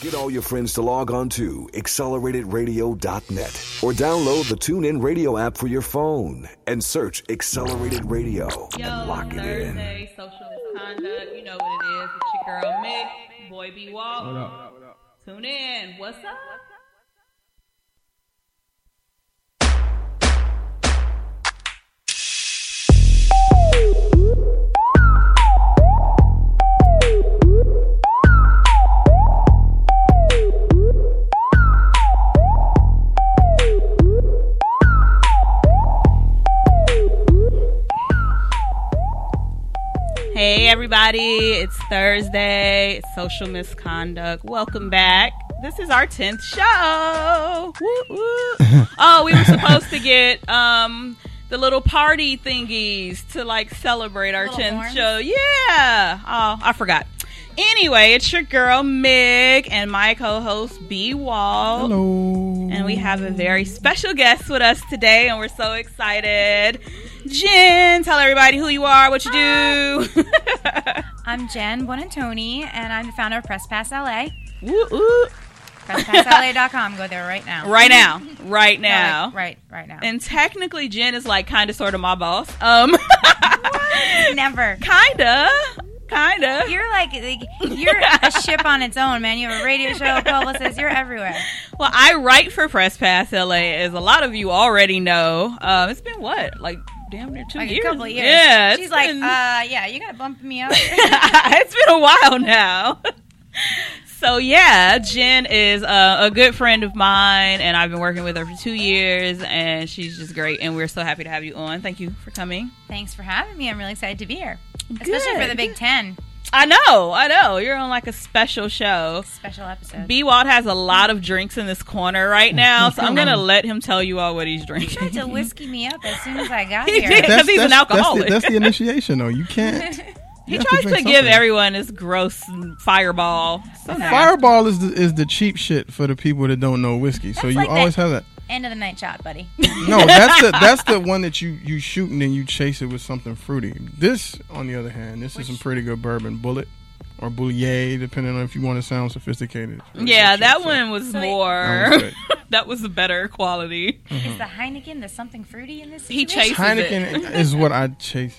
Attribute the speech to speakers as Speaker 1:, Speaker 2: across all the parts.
Speaker 1: Get all your friends to log on to acceleratedbradio.net or download the TuneIn Radio app for your phone and search Accelerated Radio
Speaker 2: Yo,
Speaker 1: and lock it in.
Speaker 2: Thursday, social misconduct. You know what it is. It's your girl Mick, boy B Walk. Tune in. What's up? Hey everybody, it's Thursday, it's social misconduct. Welcome back. This is our 10th show. Woo, woo. Oh, we were supposed to get um the little party thingies to like celebrate our
Speaker 3: Little
Speaker 2: 10th
Speaker 3: horns?
Speaker 2: show. Yeah. Oh, I forgot. Anyway, it's your girl Mig and my co-host B Wall.
Speaker 4: Hello.
Speaker 2: And we have a very special guest with us today, and we're so excited. Jen, tell everybody who you are, what you do.
Speaker 3: I'm Jen Bonantoni, and I'm the founder of Press Pass LA.
Speaker 2: Woo, woo.
Speaker 3: PressPassLA.com. Go there right now.
Speaker 2: Right now, right now.
Speaker 3: No, Mm-hmm. right, right, right now.
Speaker 2: And technically, Jen is like kind of sort of my boss. Um,
Speaker 3: Never.
Speaker 2: kinda, kinda.
Speaker 3: You're like, like you're a ship on its own, man. You have a radio show, a publicist. You're everywhere.
Speaker 2: Well, I write for Press Pass LA, as a lot of you already know. Um, it's been what, like damn near two
Speaker 3: Like
Speaker 2: years.
Speaker 3: a couple of years.
Speaker 2: Yeah, it's
Speaker 3: She's like,
Speaker 2: been-
Speaker 3: uh, yeah, you gotta bump me up.
Speaker 2: it's been a while now. So yeah, Jen is uh, a good friend of mine, and I've been working with her for two years, and she's just great. And we're so happy to have you on. Thank you for coming.
Speaker 3: Thanks for having me. I'm really excited to be here, especially for
Speaker 2: Good.
Speaker 3: the Big Ten
Speaker 2: I know, I know, you're on like a special show.
Speaker 3: special episode.
Speaker 2: B Walt has a lot of drinks in this corner right now, so I'm gonna let him tell you all what he's drinking.
Speaker 3: tried to whiskey me up as soon as I got
Speaker 2: He
Speaker 3: here.
Speaker 2: did. Because he's an alcoholic.
Speaker 4: That's the, that's the initiation, though. You can't.
Speaker 2: He tries to, give everyone this gross fireball. So nice.
Speaker 4: Fireball is the, is the cheap shit for the people that don't know whiskey. so
Speaker 3: That's
Speaker 4: you
Speaker 3: like
Speaker 4: always
Speaker 3: that-
Speaker 4: have that.
Speaker 3: End of the night shot, buddy.
Speaker 4: No, that's the that's the one that you you shoot and then you chase it with something fruity. This, on the other hand, this is some pretty good bourbon. Bullet or Boulier, depending on if you want to sound sophisticated.
Speaker 2: yeah, that
Speaker 4: So-
Speaker 2: one was
Speaker 3: So he-
Speaker 2: more.
Speaker 4: That was good.
Speaker 2: that was the better quality.
Speaker 3: Is the Heineken the something fruity in this?
Speaker 2: He
Speaker 3: situation?
Speaker 2: chases it.
Speaker 4: Heineken is what I chase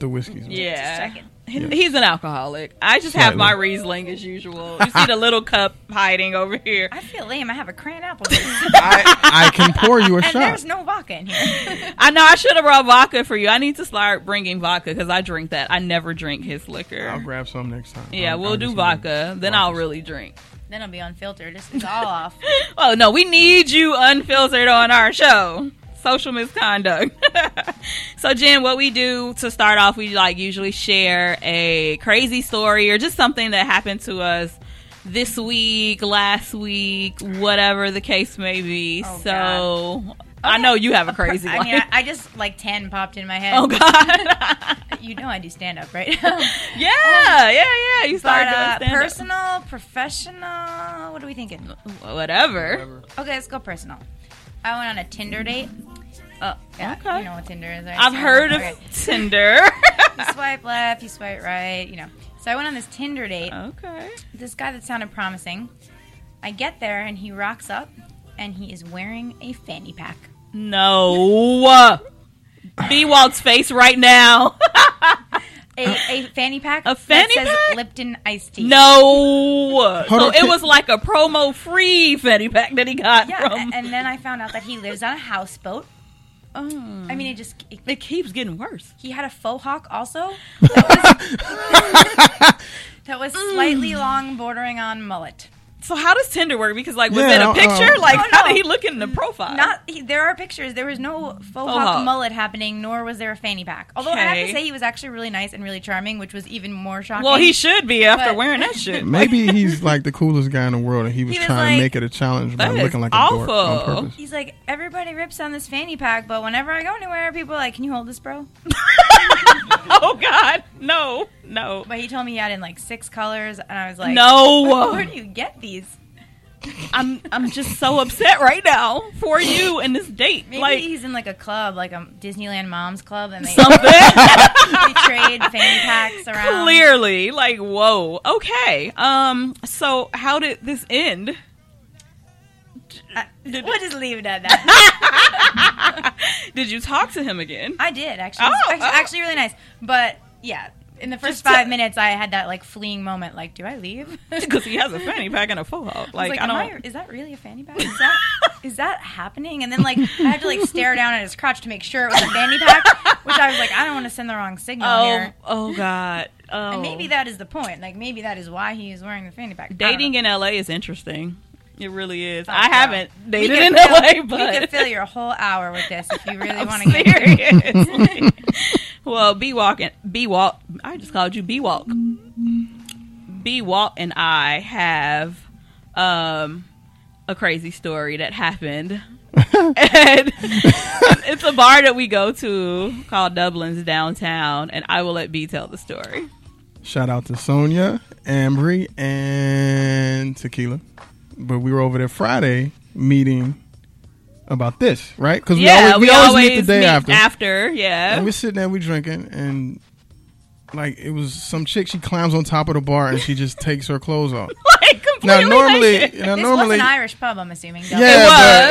Speaker 4: the whiskeys. with.
Speaker 2: Yeah.
Speaker 3: checking.
Speaker 2: He- He's an alcoholic. I just have my Riesling as usual. You see the little cup hiding over here.
Speaker 3: I feel lame. I have a crayon apple, juice,
Speaker 4: I, I can pour you a
Speaker 3: and
Speaker 4: shot.
Speaker 3: there's no vodka in here.
Speaker 2: I know I should have brought vodka for you. I need to start bringing vodka because I drink that. I never drink his liquor.
Speaker 4: I'll grab some next time.
Speaker 2: yeah,
Speaker 4: I'll-
Speaker 2: we'll
Speaker 4: I'll
Speaker 2: do
Speaker 4: just-
Speaker 2: vodka. Then I'll really drink.
Speaker 3: then I'll be unfiltered. This is all off.
Speaker 2: Oh, no, we need you unfiltered on our show. Social misconduct. so, Jen, what we do to start off, we like usually share a crazy story or just something that happened to us this week, last week, whatever the case may be.
Speaker 3: Oh,
Speaker 2: so, I know you have a crazy
Speaker 3: I
Speaker 2: one.
Speaker 3: mean, I, I just like ten popped in my head.
Speaker 2: oh, God.
Speaker 3: You know I do stand up, right?
Speaker 2: yeah, yeah, yeah. You
Speaker 3: Um, but
Speaker 2: started
Speaker 3: uh,
Speaker 2: doing stand-up.
Speaker 3: personal, professional. What are we thinking?
Speaker 2: Whatever.
Speaker 3: Okay, let's go personal. I went on a Tinder date. Oh, yeah,
Speaker 2: Okay.
Speaker 3: you know what Tinder is. Right?
Speaker 2: I've heard of
Speaker 3: Okay.
Speaker 2: Tinder.
Speaker 3: You swipe left, you swipe right. You know. So I went on this Tinder date.
Speaker 2: Uh-huh. okay.
Speaker 3: This guy that sounded promising. I get there and he rocks up, and he is wearing a fanny pack.
Speaker 2: No. B Walt's face right now.
Speaker 3: A, a fanny pack.
Speaker 2: A fanny
Speaker 3: that says
Speaker 2: pack?
Speaker 3: Lipton iced tea.
Speaker 2: No. so
Speaker 4: on,
Speaker 2: it
Speaker 4: can-
Speaker 2: was like a promo free fanny pack that he got
Speaker 3: Yeah,
Speaker 2: from.
Speaker 3: a- and uh, then I found out that he lives on a houseboat.
Speaker 2: Oh.
Speaker 3: I mean, it just it-
Speaker 2: it keeps getting worse.
Speaker 3: he had a faux hawk also. That was- That was slightly long, bordering on mullet.
Speaker 2: So how does Tinder work? Because like, was
Speaker 4: Yeah,
Speaker 2: it a
Speaker 4: uh,
Speaker 2: picture?
Speaker 4: uh,
Speaker 2: like,
Speaker 3: No,
Speaker 2: how
Speaker 3: Oh, no.
Speaker 2: did he look in the profile?
Speaker 3: Not he, there are pictures. There was no faux
Speaker 2: hawk.
Speaker 3: hawk mullet happening, nor was there a fanny pack. Although I have
Speaker 2: Okay.
Speaker 3: to say he was actually really nice and really charming, which was even more shocking.
Speaker 2: well, he should be after
Speaker 3: But-
Speaker 2: wearing that shit.
Speaker 4: Maybe he's like the coolest guy in the world, and he was
Speaker 3: He was
Speaker 4: trying
Speaker 3: like,
Speaker 4: to make it a challenge by
Speaker 2: "That is
Speaker 4: looking like a dork
Speaker 2: awful."
Speaker 4: on purpose.
Speaker 3: He's like, everybody rips on this fanny pack, but whenever I go anywhere, people are like, can you hold this, bro?
Speaker 2: oh God, no, no,
Speaker 3: But he told me he had in like six colors, and I was like,
Speaker 2: no.
Speaker 3: where do you get these?
Speaker 2: I'm I'm just so upset right now for you and this date.
Speaker 3: Maybe
Speaker 2: like
Speaker 3: he's in like a club, like a Disneyland Moms Club, and they,
Speaker 2: something.
Speaker 3: they trade fanny packs around.
Speaker 2: Clearly, like whoa. Okay. Um. So how did this end?
Speaker 3: We'll just leave it at that.
Speaker 2: Did you talk to him again?
Speaker 3: I did actually. It's
Speaker 2: Oh,
Speaker 3: actually,
Speaker 2: oh.
Speaker 3: actually really nice. But yeah, in the first
Speaker 2: Just to-
Speaker 3: five minutes, I had that like fleeing moment. Like, do I leave?
Speaker 2: Because he has a fanny pack and a faux hawk.
Speaker 3: I was
Speaker 2: Like, I
Speaker 3: am
Speaker 2: don't.
Speaker 3: I- is that really a fanny pack? Is that is that happening? And then like I had to like stare down at his crotch to make sure it was a fanny pack, which I was like, I don't want to send the wrong signal here.
Speaker 2: oh, oh God. Oh.
Speaker 3: And maybe that is the point. Like maybe that is why he is wearing the fanny pack. I don't
Speaker 2: dating
Speaker 3: know.
Speaker 2: in LA is interesting. It really is.
Speaker 3: Fuck
Speaker 2: I
Speaker 3: no.
Speaker 2: haven't
Speaker 3: We
Speaker 2: dated
Speaker 3: could
Speaker 2: in
Speaker 3: fill-
Speaker 2: LA,
Speaker 3: we
Speaker 2: but
Speaker 3: could fill your whole hour with this if you really
Speaker 2: I'm
Speaker 3: want to get into it.
Speaker 2: serious. well, B walking, B walk. I just called you B walk. B walk and I have um, a crazy story that happened. and it's a bar that we go to called Dublin's downtown, and I will let B tell the story.
Speaker 4: Shout out to Sonia, Ambry, and Tequila. But we were over there Friday meeting about this, right? Because
Speaker 2: yeah,
Speaker 4: we, always, we always, meet the day after.
Speaker 2: yeah.
Speaker 4: And we're sitting there, we drinking, and like it was some chick. She climbs on top of the bar and she just takes her clothes off.
Speaker 2: like completely
Speaker 4: now normally,
Speaker 2: naked.
Speaker 4: now
Speaker 3: This
Speaker 4: normally,
Speaker 3: was an Irish pub, I'm assuming. though.
Speaker 4: yeah,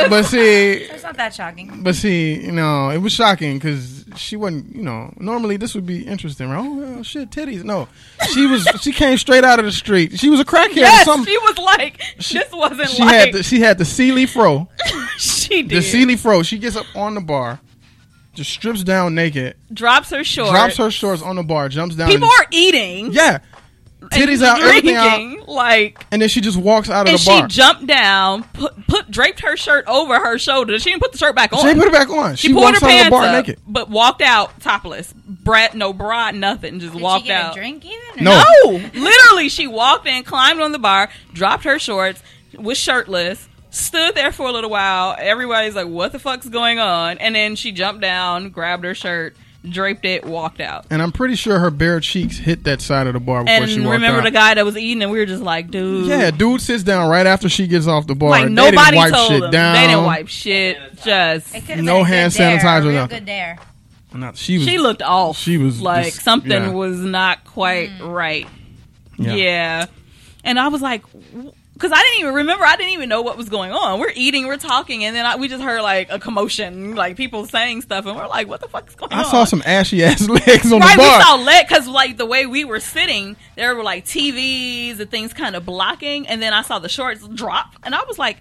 Speaker 2: It was.
Speaker 4: but, but see,
Speaker 3: It's not that shocking.
Speaker 4: But see, you know, it was shocking because she wasn't. You know, normally this would be interesting, right? Oh well, shit, titties. No, she was. she came straight out of the street. She was a crackhead. or
Speaker 2: yes,
Speaker 4: something.
Speaker 2: she was like, this wasn't
Speaker 4: She
Speaker 2: like
Speaker 4: had the, she had the Sealy fro.
Speaker 2: she
Speaker 4: The
Speaker 2: did.
Speaker 4: Sealy fro. She gets up on the bar, just strips down naked,
Speaker 2: drops her shorts.
Speaker 4: drops her shorts on the bar, jumps down.
Speaker 2: People
Speaker 4: and-
Speaker 2: are eating.
Speaker 4: yeah,
Speaker 2: and
Speaker 4: titties out, everything out,
Speaker 2: drinking, Like,
Speaker 4: and then she just walks out of
Speaker 2: and
Speaker 4: the
Speaker 2: she
Speaker 4: bar.
Speaker 2: jumped down, put, put draped her shirt over her shoulder. She didn't put the shirt back on.
Speaker 4: she put it back on.
Speaker 2: She
Speaker 4: she
Speaker 2: pulled
Speaker 4: walks
Speaker 2: her
Speaker 4: out of the
Speaker 2: pants
Speaker 4: bar
Speaker 2: up,
Speaker 4: naked.
Speaker 2: but walked out topless. Brat, no bra, nothing. Just
Speaker 3: Did
Speaker 2: walked
Speaker 3: she get
Speaker 2: out.
Speaker 3: a drink even? or
Speaker 4: No.
Speaker 2: No, literally, she walked in, climbed on the bar, dropped her shorts, was shirtless, stood there for a little while. Everybody's like, "What the fuck's going on?" And then she jumped down, grabbed her shirt, draped it, walked out.
Speaker 4: And I'm pretty sure her bare cheeks hit that side of the bar before
Speaker 2: And
Speaker 4: she walked
Speaker 2: remember
Speaker 4: out.
Speaker 2: the guy that was eating, and we were just like, "Dude,
Speaker 4: Yeah, dude sits down right after she gets off the bar.
Speaker 2: like
Speaker 4: They
Speaker 2: nobody
Speaker 4: didn't wipe
Speaker 2: told
Speaker 4: shit
Speaker 2: them.
Speaker 4: down.
Speaker 2: They didn't wipe shit. Just
Speaker 3: It could have
Speaker 4: No
Speaker 3: been a
Speaker 4: hand
Speaker 3: good dare,
Speaker 4: sanitizer,
Speaker 3: a real
Speaker 4: nothing.
Speaker 3: good dare.
Speaker 4: No, she was.
Speaker 2: she looked off.
Speaker 4: She was
Speaker 2: like
Speaker 4: dis-
Speaker 2: something
Speaker 4: yeah.
Speaker 2: was not quite right. Yeah. And I was like, because I didn't even remember, I didn't even know what was going on. We're eating, we're talking, and then I, we just heard like a commotion, like people saying stuff, and we're like, what the fuck's going
Speaker 4: I
Speaker 2: on?
Speaker 4: saw some ashy ass legs on
Speaker 2: Right,
Speaker 4: the bar.
Speaker 2: we saw leg because like the way we were sitting, there were like TVs and things kind of blocking, and then I saw the shorts drop, and I was like,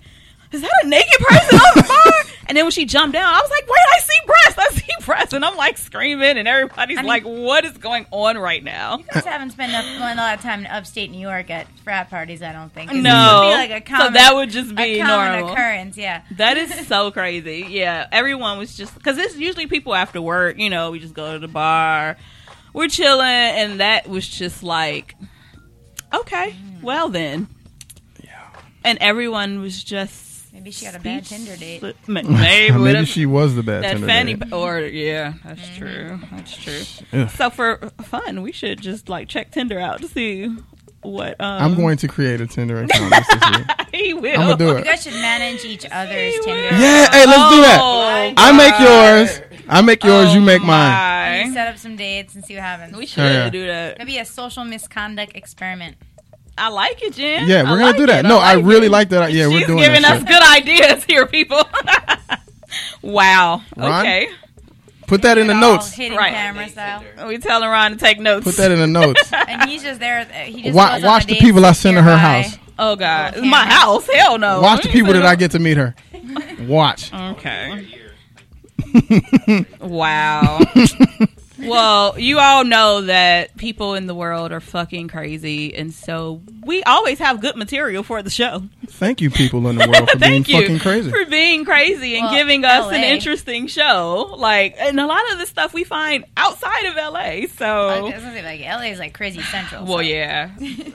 Speaker 2: "Is that a naked person on the bar?" And then when she jumped down, I was like, "Wait, I see breasts! I see breasts!" And I'm like screaming, and everybody's
Speaker 3: I mean-
Speaker 2: like, "What is going on right now?"
Speaker 3: Just haven't spent enough, a lot of time in upstate New York at frat parties. I don't think. It would
Speaker 2: No,
Speaker 3: be like a common,
Speaker 2: so that would just
Speaker 3: a
Speaker 2: be
Speaker 3: common
Speaker 2: normal.
Speaker 3: occurrence. Yeah,
Speaker 2: That is so crazy. Yeah, everyone was just because it's usually people after work. You know, we just go to the bar, we're chilling, and that was just like, okay,
Speaker 4: Mm.
Speaker 2: well then. And everyone was just
Speaker 3: maybe she had a bad Tinder date.
Speaker 2: Ma- maybe with
Speaker 4: Maybe
Speaker 2: a,
Speaker 4: she was the bad
Speaker 2: that
Speaker 4: tender.
Speaker 2: fanny
Speaker 4: dude.
Speaker 2: pa- or yeah, that's
Speaker 4: Mm-hmm.
Speaker 2: true. That's true.
Speaker 4: Ugh.
Speaker 2: So for fun, we should just like check Tinder out to see what um,
Speaker 4: I'm going to create a Tinder account. just this year.
Speaker 2: he will.
Speaker 4: I'm gonna do
Speaker 3: You
Speaker 4: it.
Speaker 3: guys should manage each other's Tinder.
Speaker 4: Yeah, hey, let's do that.
Speaker 2: Oh,
Speaker 4: I make yours. I make yours. you make mine.
Speaker 2: my.
Speaker 3: We set up some dates and see what happens.
Speaker 2: We
Speaker 3: Maybe
Speaker 2: should
Speaker 4: Yeah.
Speaker 2: do that.
Speaker 3: a social misconduct experiment.
Speaker 2: I like it, Jen.
Speaker 4: Yeah,
Speaker 2: I
Speaker 4: we're gonna
Speaker 2: like
Speaker 4: do
Speaker 2: it.
Speaker 4: that. no, I
Speaker 2: like
Speaker 4: really
Speaker 2: it.
Speaker 4: like that. Yeah,
Speaker 2: She's
Speaker 4: we're doing
Speaker 2: giving
Speaker 4: that.
Speaker 2: us
Speaker 4: shit.
Speaker 2: good ideas here, people. wow.
Speaker 4: Ron?
Speaker 2: Okay.
Speaker 4: Put that in the
Speaker 2: Oh,
Speaker 3: All
Speaker 4: notes.
Speaker 3: hitting
Speaker 2: Right.
Speaker 3: camera style,
Speaker 2: We telling Ron to take notes.
Speaker 4: Put that in the notes.
Speaker 3: and he's just there. uh, He just
Speaker 4: Wa-
Speaker 3: goes on
Speaker 4: watch the
Speaker 3: dates
Speaker 4: people I send to her
Speaker 3: nearby.
Speaker 4: house.
Speaker 2: oh God,
Speaker 3: Little
Speaker 2: my
Speaker 3: camera.
Speaker 2: house. Hell no.
Speaker 4: Watch the
Speaker 2: Oh, We
Speaker 4: people
Speaker 2: ain't
Speaker 4: that I get to meet her. Watch.
Speaker 2: Okay. wow. well, you all know that people in the world are fucking crazy, and so we always have good material for the show.
Speaker 4: Thank you, people in the world, for being
Speaker 2: Thank you
Speaker 4: fucking crazy.
Speaker 2: for being crazy and
Speaker 3: Well,
Speaker 2: giving us an
Speaker 3: LA.
Speaker 2: interesting show. Like, and a lot of the stuff we find outside of LA.
Speaker 3: Like,
Speaker 2: So,
Speaker 3: I was gonna say, like LA is like crazy central. so
Speaker 2: Oh. well, yeah.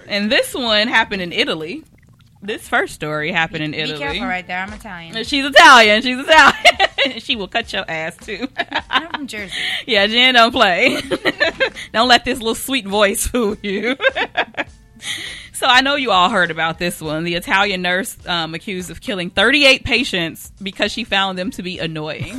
Speaker 2: and this one happened in Italy. This first story happened in
Speaker 3: Be
Speaker 2: Italy.
Speaker 3: careful right there. I'm Italian.
Speaker 2: She's Italian. She's Italian. she will cut your ass too.
Speaker 3: I'm from Jersey.
Speaker 2: yeah, Jen, don't play. don't let this little sweet voice fool you. So I know you all heard about this one. The Italian nurse um, accused of killing 38 patients because she found them to be annoying.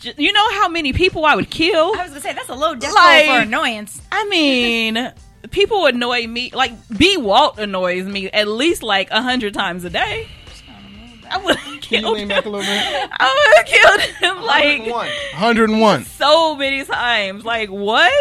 Speaker 2: J- you know how many people I would kill?
Speaker 3: I was gonna say that's a low decibel
Speaker 2: Like-
Speaker 3: for annoyance.
Speaker 2: I mean, people annoy me. Like B. Walt annoys me at least like a hundred times a day. I would have
Speaker 4: Can you
Speaker 2: killed
Speaker 4: lean
Speaker 2: him.
Speaker 4: back a little bit?
Speaker 2: I would have killed him like
Speaker 4: 101.
Speaker 2: so many times. Like what?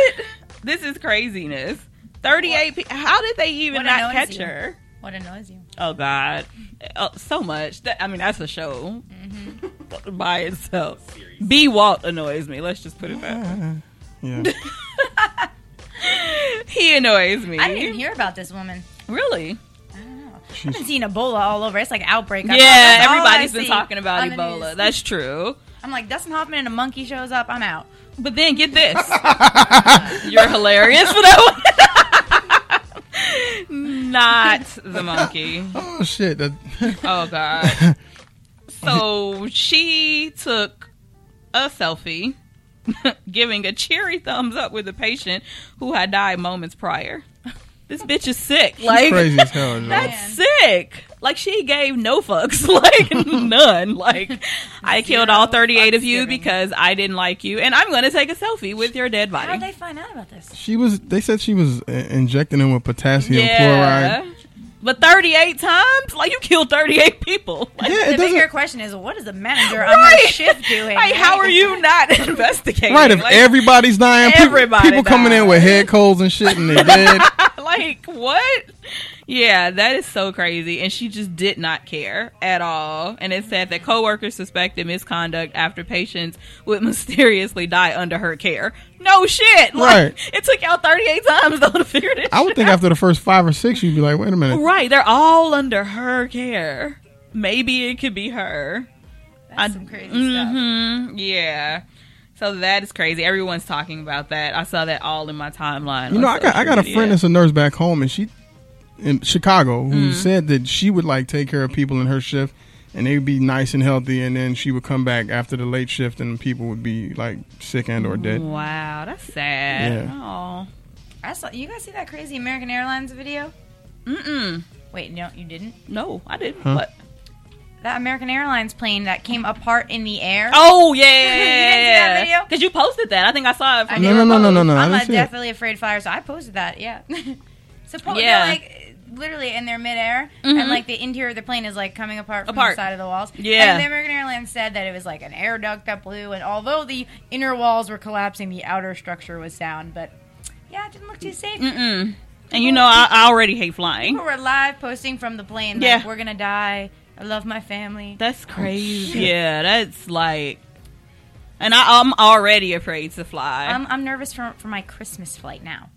Speaker 2: This is craziness. Thirty-eight. pe- How did they even
Speaker 3: What
Speaker 2: not
Speaker 3: annoys
Speaker 2: catch
Speaker 3: you?
Speaker 2: her?
Speaker 3: What annoys you?
Speaker 2: Oh God, oh, so much. That, I mean, that's a show
Speaker 3: Mm-hmm.
Speaker 2: by itself. B. Walt annoys me. Let's just put it that. way.
Speaker 4: Yeah.
Speaker 2: He annoys me.
Speaker 3: I didn't even hear about this woman.
Speaker 2: really.
Speaker 3: I've been seeing Ebola all over. It's like outbreak. I'm
Speaker 2: Yeah,
Speaker 3: like, that's all
Speaker 2: everybody's
Speaker 3: I
Speaker 2: been
Speaker 3: see
Speaker 2: talking about
Speaker 3: on the
Speaker 2: Ebola.
Speaker 3: news.
Speaker 2: That's true.
Speaker 3: I'm like Dustin Hoffman and a monkey shows up. I'm out.
Speaker 2: But then get this. You're hilarious for that one. Not the monkey.
Speaker 4: Oh, shit. That,
Speaker 2: Oh god. So she took a selfie giving a cheery thumbs up with a patient who had died moments prior. This bitch is sick. Like
Speaker 4: crazy as hell. Joe.
Speaker 2: That's sick. Like she gave no fucks, like none. Like I killed all thirty-eight of
Speaker 3: fucks
Speaker 2: you
Speaker 3: given.
Speaker 2: because I didn't like you, and I'm going to take a selfie with your dead
Speaker 3: How would
Speaker 2: body.
Speaker 3: they find out about this?
Speaker 4: She was. They said she was uh, injecting him with potassium
Speaker 2: Yeah,
Speaker 4: chloride.
Speaker 2: but thirty-eight times, like you killed thirty-eight people. Like,
Speaker 4: Yeah,
Speaker 3: the
Speaker 4: it
Speaker 3: bigger
Speaker 4: doesn't.
Speaker 3: question is, what is the manager on her
Speaker 2: Right.
Speaker 3: shift doing?
Speaker 2: like, how are you not investigating?
Speaker 4: Right, if
Speaker 2: like,
Speaker 4: everybody's dying, peop-
Speaker 2: everybody
Speaker 4: people coming in
Speaker 2: died.
Speaker 4: with head colds and shit, and they dead.
Speaker 2: like what? Yeah, that is so crazy. And she just did not care at all. And it said that coworkers suspected misconduct after patients would mysteriously die under her care. No shit. Like,
Speaker 4: Right.
Speaker 2: It took y'all 38 times though to figure this
Speaker 4: I would think after the first five or six, you'd be like, "Wait a minute,
Speaker 2: Right. They're all under her care. Maybe it could be her.
Speaker 3: That's some crazy stuff.
Speaker 2: Mm-hmm. Yeah. So that is crazy. Everyone's talking about that. I saw that all in my timeline.
Speaker 4: You
Speaker 2: on
Speaker 4: know, I got I
Speaker 2: social
Speaker 4: got a
Speaker 2: media.
Speaker 4: friend that's a nurse back home, and she in Chicago who said that she would like take care of people in her shift, and they'd be nice and healthy, and then she would come back after the late shift, and people would be like sick and or dead.
Speaker 2: Wow, that's sad.
Speaker 4: Yeah.
Speaker 2: Oh.
Speaker 3: I saw you guys see that crazy American Airlines video.
Speaker 2: Mm-mm.
Speaker 3: Wait, no, you didn't.
Speaker 2: No, I didn't.
Speaker 4: Huh?
Speaker 2: What?
Speaker 3: That American Airlines plane that came apart in the air.
Speaker 2: Oh yeah, yeah,
Speaker 3: that video?
Speaker 2: Because you posted that. I think I saw it.
Speaker 3: I
Speaker 2: From
Speaker 4: No,
Speaker 3: did
Speaker 4: no, no, no, no, no, I
Speaker 3: I'm
Speaker 4: didn't
Speaker 3: a
Speaker 4: see it.
Speaker 3: definitely afraid flyer, so I posted that. Yeah. Supposedly,
Speaker 2: Yeah.
Speaker 3: like literally in their midair,
Speaker 2: Mhm.
Speaker 3: and like the interior of the plane is like coming apart from
Speaker 2: Apart.
Speaker 3: the side of the walls.
Speaker 2: Yeah.
Speaker 3: And the American Airlines said that it was like an air duct that blew, and although the inner walls were collapsing, the outer structure was sound. But yeah, it didn't look too safe.
Speaker 2: Mm-mm. And you know, I, I already hate flying.
Speaker 3: People were live posting from the plane. Like,
Speaker 2: Yeah.
Speaker 3: We're gonna die. I love my family.
Speaker 2: That's crazy.
Speaker 4: shit.
Speaker 2: yeah, that's like, and I, I'm already afraid to fly.
Speaker 3: I'm, I'm nervous for, for my Christmas flight now.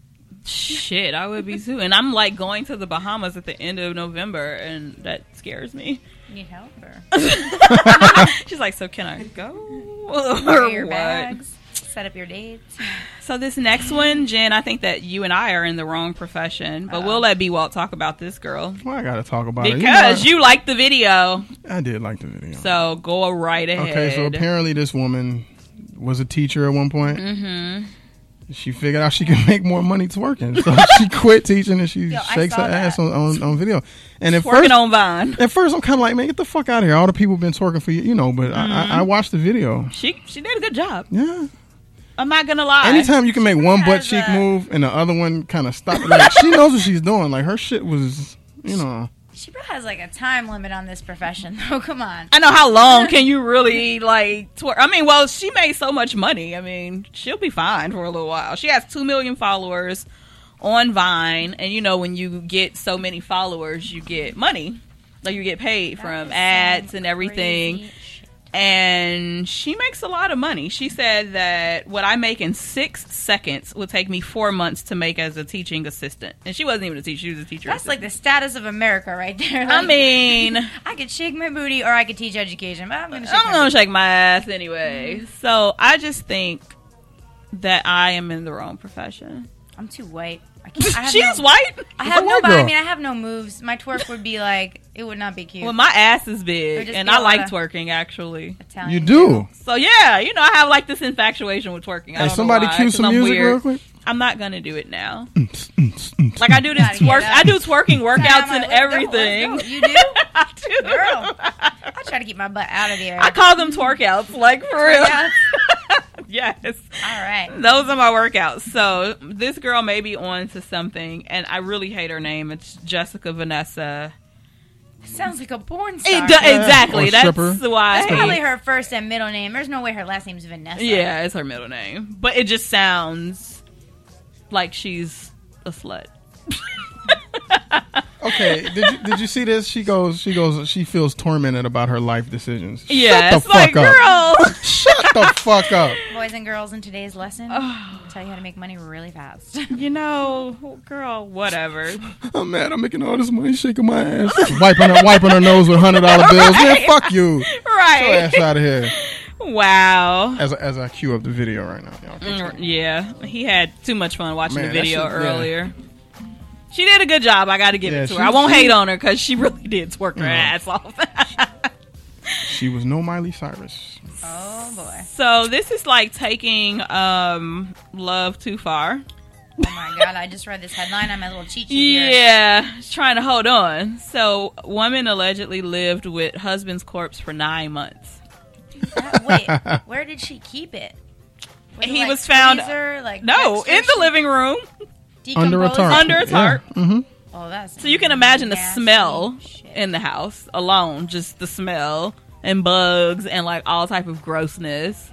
Speaker 2: Shit, I would be too. And I'm like going to the Bahamas at the end of November, and that scares me.
Speaker 3: You need help or
Speaker 2: She's like, "So can I go?"
Speaker 3: Prepare
Speaker 2: or
Speaker 3: your
Speaker 2: what?
Speaker 3: bags? Set up your dates.
Speaker 2: So this next one, Jen, I think that you and I are in the wrong profession, but we'll let B Walt talk about this girl
Speaker 4: Why I gotta talk about it?
Speaker 2: because
Speaker 4: Oh, know,
Speaker 2: you like the video.
Speaker 4: I, I did like the video.
Speaker 2: So go right ahead.
Speaker 4: okay, so apparently this woman was a teacher at one point. Mm-hmm. She figured out she could make more money twerking, so she quit teaching and she
Speaker 3: Yo, I
Speaker 4: shakes her
Speaker 3: saw that.
Speaker 4: ass on, on, on video. And at
Speaker 2: Working
Speaker 4: first,
Speaker 2: on Vine.
Speaker 4: At first, I'm kind of like, man, get the fuck out of here. All the people been twerking for you, you know. But
Speaker 2: Mm-hmm.
Speaker 4: I, I, I watched the video.
Speaker 2: She she did a good job.
Speaker 4: Yeah.
Speaker 2: I'm not gonna lie.
Speaker 4: Anytime you can make one butt
Speaker 3: has
Speaker 4: cheek
Speaker 3: a-
Speaker 4: move and the other one kind of stop, like she knows what she's doing. Like her shit was, you know.
Speaker 3: She probably has like a time limit on this profession, though. Come on.
Speaker 2: I know how long can you really like twerk? I mean, well, she made so much money. I mean, she'll be fine for a little while. She has two million followers on Vine, and you know when you get so many followers, you get money. Like you get paid from ads and everything. and she makes a lot of money. She said that what I make in six seconds will take me four months to make as a teaching assistant. And she wasn't even a teacher; she was a teacher.
Speaker 3: That's like
Speaker 2: assistant.
Speaker 3: the status of America right there.
Speaker 2: I
Speaker 3: Like,
Speaker 2: mean,
Speaker 3: I could shake my booty or I could teach education, but I'm going to shake
Speaker 2: I'm
Speaker 3: my Mm-hmm.
Speaker 2: gonna
Speaker 3: booty.
Speaker 2: shake my ass anyway. So I just think that I am in the wrong profession.
Speaker 3: I'm too white. I can't. I have
Speaker 2: She's
Speaker 3: no,
Speaker 2: white.
Speaker 3: I have
Speaker 4: a
Speaker 3: no,
Speaker 4: white
Speaker 3: but I
Speaker 4: girl.
Speaker 3: mean, I have no moves. My twerk would be like, it would not be cute.
Speaker 2: Well, my ass is
Speaker 3: Or
Speaker 2: big,
Speaker 3: just
Speaker 2: and
Speaker 3: be
Speaker 2: I
Speaker 3: a
Speaker 2: like
Speaker 3: lot of-
Speaker 2: twerking actually.
Speaker 3: Italian
Speaker 4: You do.
Speaker 2: So yeah, you know, I have like this infatuation with twerking. I
Speaker 4: Hey,
Speaker 2: don't know
Speaker 4: somebody
Speaker 2: why,
Speaker 4: cue
Speaker 2: 'cause
Speaker 4: some
Speaker 2: I'm
Speaker 4: music
Speaker 2: weird.
Speaker 4: real quick.
Speaker 2: I'm not gonna do it now. like I do this
Speaker 3: Gotta get
Speaker 2: twerk,
Speaker 3: up.
Speaker 2: I do twerking workouts
Speaker 3: Time,
Speaker 2: and
Speaker 3: I'm like, let's go,
Speaker 2: everything.
Speaker 3: let's go. You do?
Speaker 2: I do.
Speaker 3: Girl, I try to keep my butt out of there.
Speaker 2: I call them twerkouts, like for real.
Speaker 3: Yeah.
Speaker 2: Yes.
Speaker 3: All right.
Speaker 2: Those are my workouts. So this girl may be on to something, and I really hate her name. It's Jessica Vanessa.
Speaker 3: Sounds like a porn
Speaker 2: It
Speaker 3: star.
Speaker 2: do- exactly.
Speaker 4: Or
Speaker 2: That's
Speaker 4: stripper.
Speaker 2: why.
Speaker 3: That's probably her first and middle name. There's no way her last name's Vanessa.
Speaker 2: Yeah, it's her middle name, but it just sounds like she's a slut.
Speaker 4: Okay, did you, did you see this? She goes, she goes, she feels tormented about her life decisions.
Speaker 2: Yeah,
Speaker 4: Shut
Speaker 2: it's
Speaker 4: the fuck
Speaker 2: like,
Speaker 4: up.
Speaker 2: girl.
Speaker 4: Shut the fuck up.
Speaker 3: Boys and girls in today's lesson
Speaker 2: Oh.
Speaker 3: I'll tell you how to make money really fast.
Speaker 2: You know, girl, whatever.
Speaker 4: I'm mad. I'm making all this money, shaking my ass, wiping her, wiping her nose with hundred dollar bills. Man, fuck you. Get your
Speaker 2: Right.
Speaker 4: ass out of here.
Speaker 2: Wow.
Speaker 4: As as I cue up the video right now. y'all.
Speaker 2: Mm, Yeah, he had too much fun watching
Speaker 4: Man,
Speaker 2: the
Speaker 4: that
Speaker 2: video
Speaker 4: shit- yeah.
Speaker 2: earlier. She did a good job. I got to give
Speaker 4: Yeah,
Speaker 2: it to
Speaker 4: she-
Speaker 2: her. I won't
Speaker 4: she- Mm-hmm.
Speaker 2: hate on her because she really did twerk her ass off.
Speaker 4: She was no Miley Cyrus.
Speaker 3: oh boy.
Speaker 2: so this is like taking um love too far.
Speaker 3: Oh my god, I just read this headline. I'm a little cheat sheet here.
Speaker 2: Yeah, trying to hold on. So, woman allegedly lived with husband's corpse for nine months.
Speaker 3: Uh, Wait, where did she keep it? Was it,
Speaker 2: He
Speaker 3: like,
Speaker 2: was found-
Speaker 3: freezer, like
Speaker 2: No,
Speaker 3: extra
Speaker 2: in the living room
Speaker 3: shit?
Speaker 4: Under a
Speaker 3: Decomposed?
Speaker 4: tarp.
Speaker 2: under a tarp.
Speaker 4: Yeah. Mm-hmm.
Speaker 3: Oh, that's
Speaker 2: So you can imagine the
Speaker 3: nasty
Speaker 2: smell
Speaker 3: shit.
Speaker 2: in the house alone, just the smell and bugs and like all type of grossness.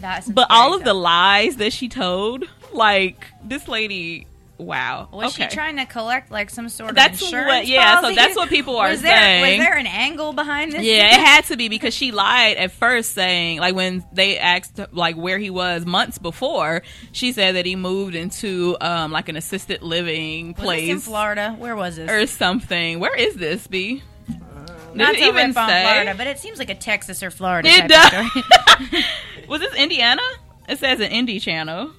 Speaker 3: That's
Speaker 2: But all of the lies that she told, like this lady, wow.
Speaker 3: was
Speaker 2: okay.
Speaker 3: she trying to collect like some sort of
Speaker 2: That's
Speaker 3: insurance
Speaker 2: what- yeah, so
Speaker 3: policy?
Speaker 2: that's what people are
Speaker 3: was there,
Speaker 2: saying.
Speaker 3: Was there an angle behind this?
Speaker 2: Yeah, it had to be because she lied at first, saying like when they asked like where he was months before, she said that he moved into um like an assisted living
Speaker 3: Was this
Speaker 2: place
Speaker 3: in Florida. Where was this?
Speaker 2: or something. Where is this? B. Did
Speaker 3: Uh, Not
Speaker 2: it
Speaker 3: to
Speaker 2: even
Speaker 3: rip on
Speaker 2: say?
Speaker 3: Florida, but it seems like a Texas or Florida.
Speaker 2: It
Speaker 3: type of
Speaker 2: does.
Speaker 3: story.
Speaker 2: Was this Indiana? It says an indie channel.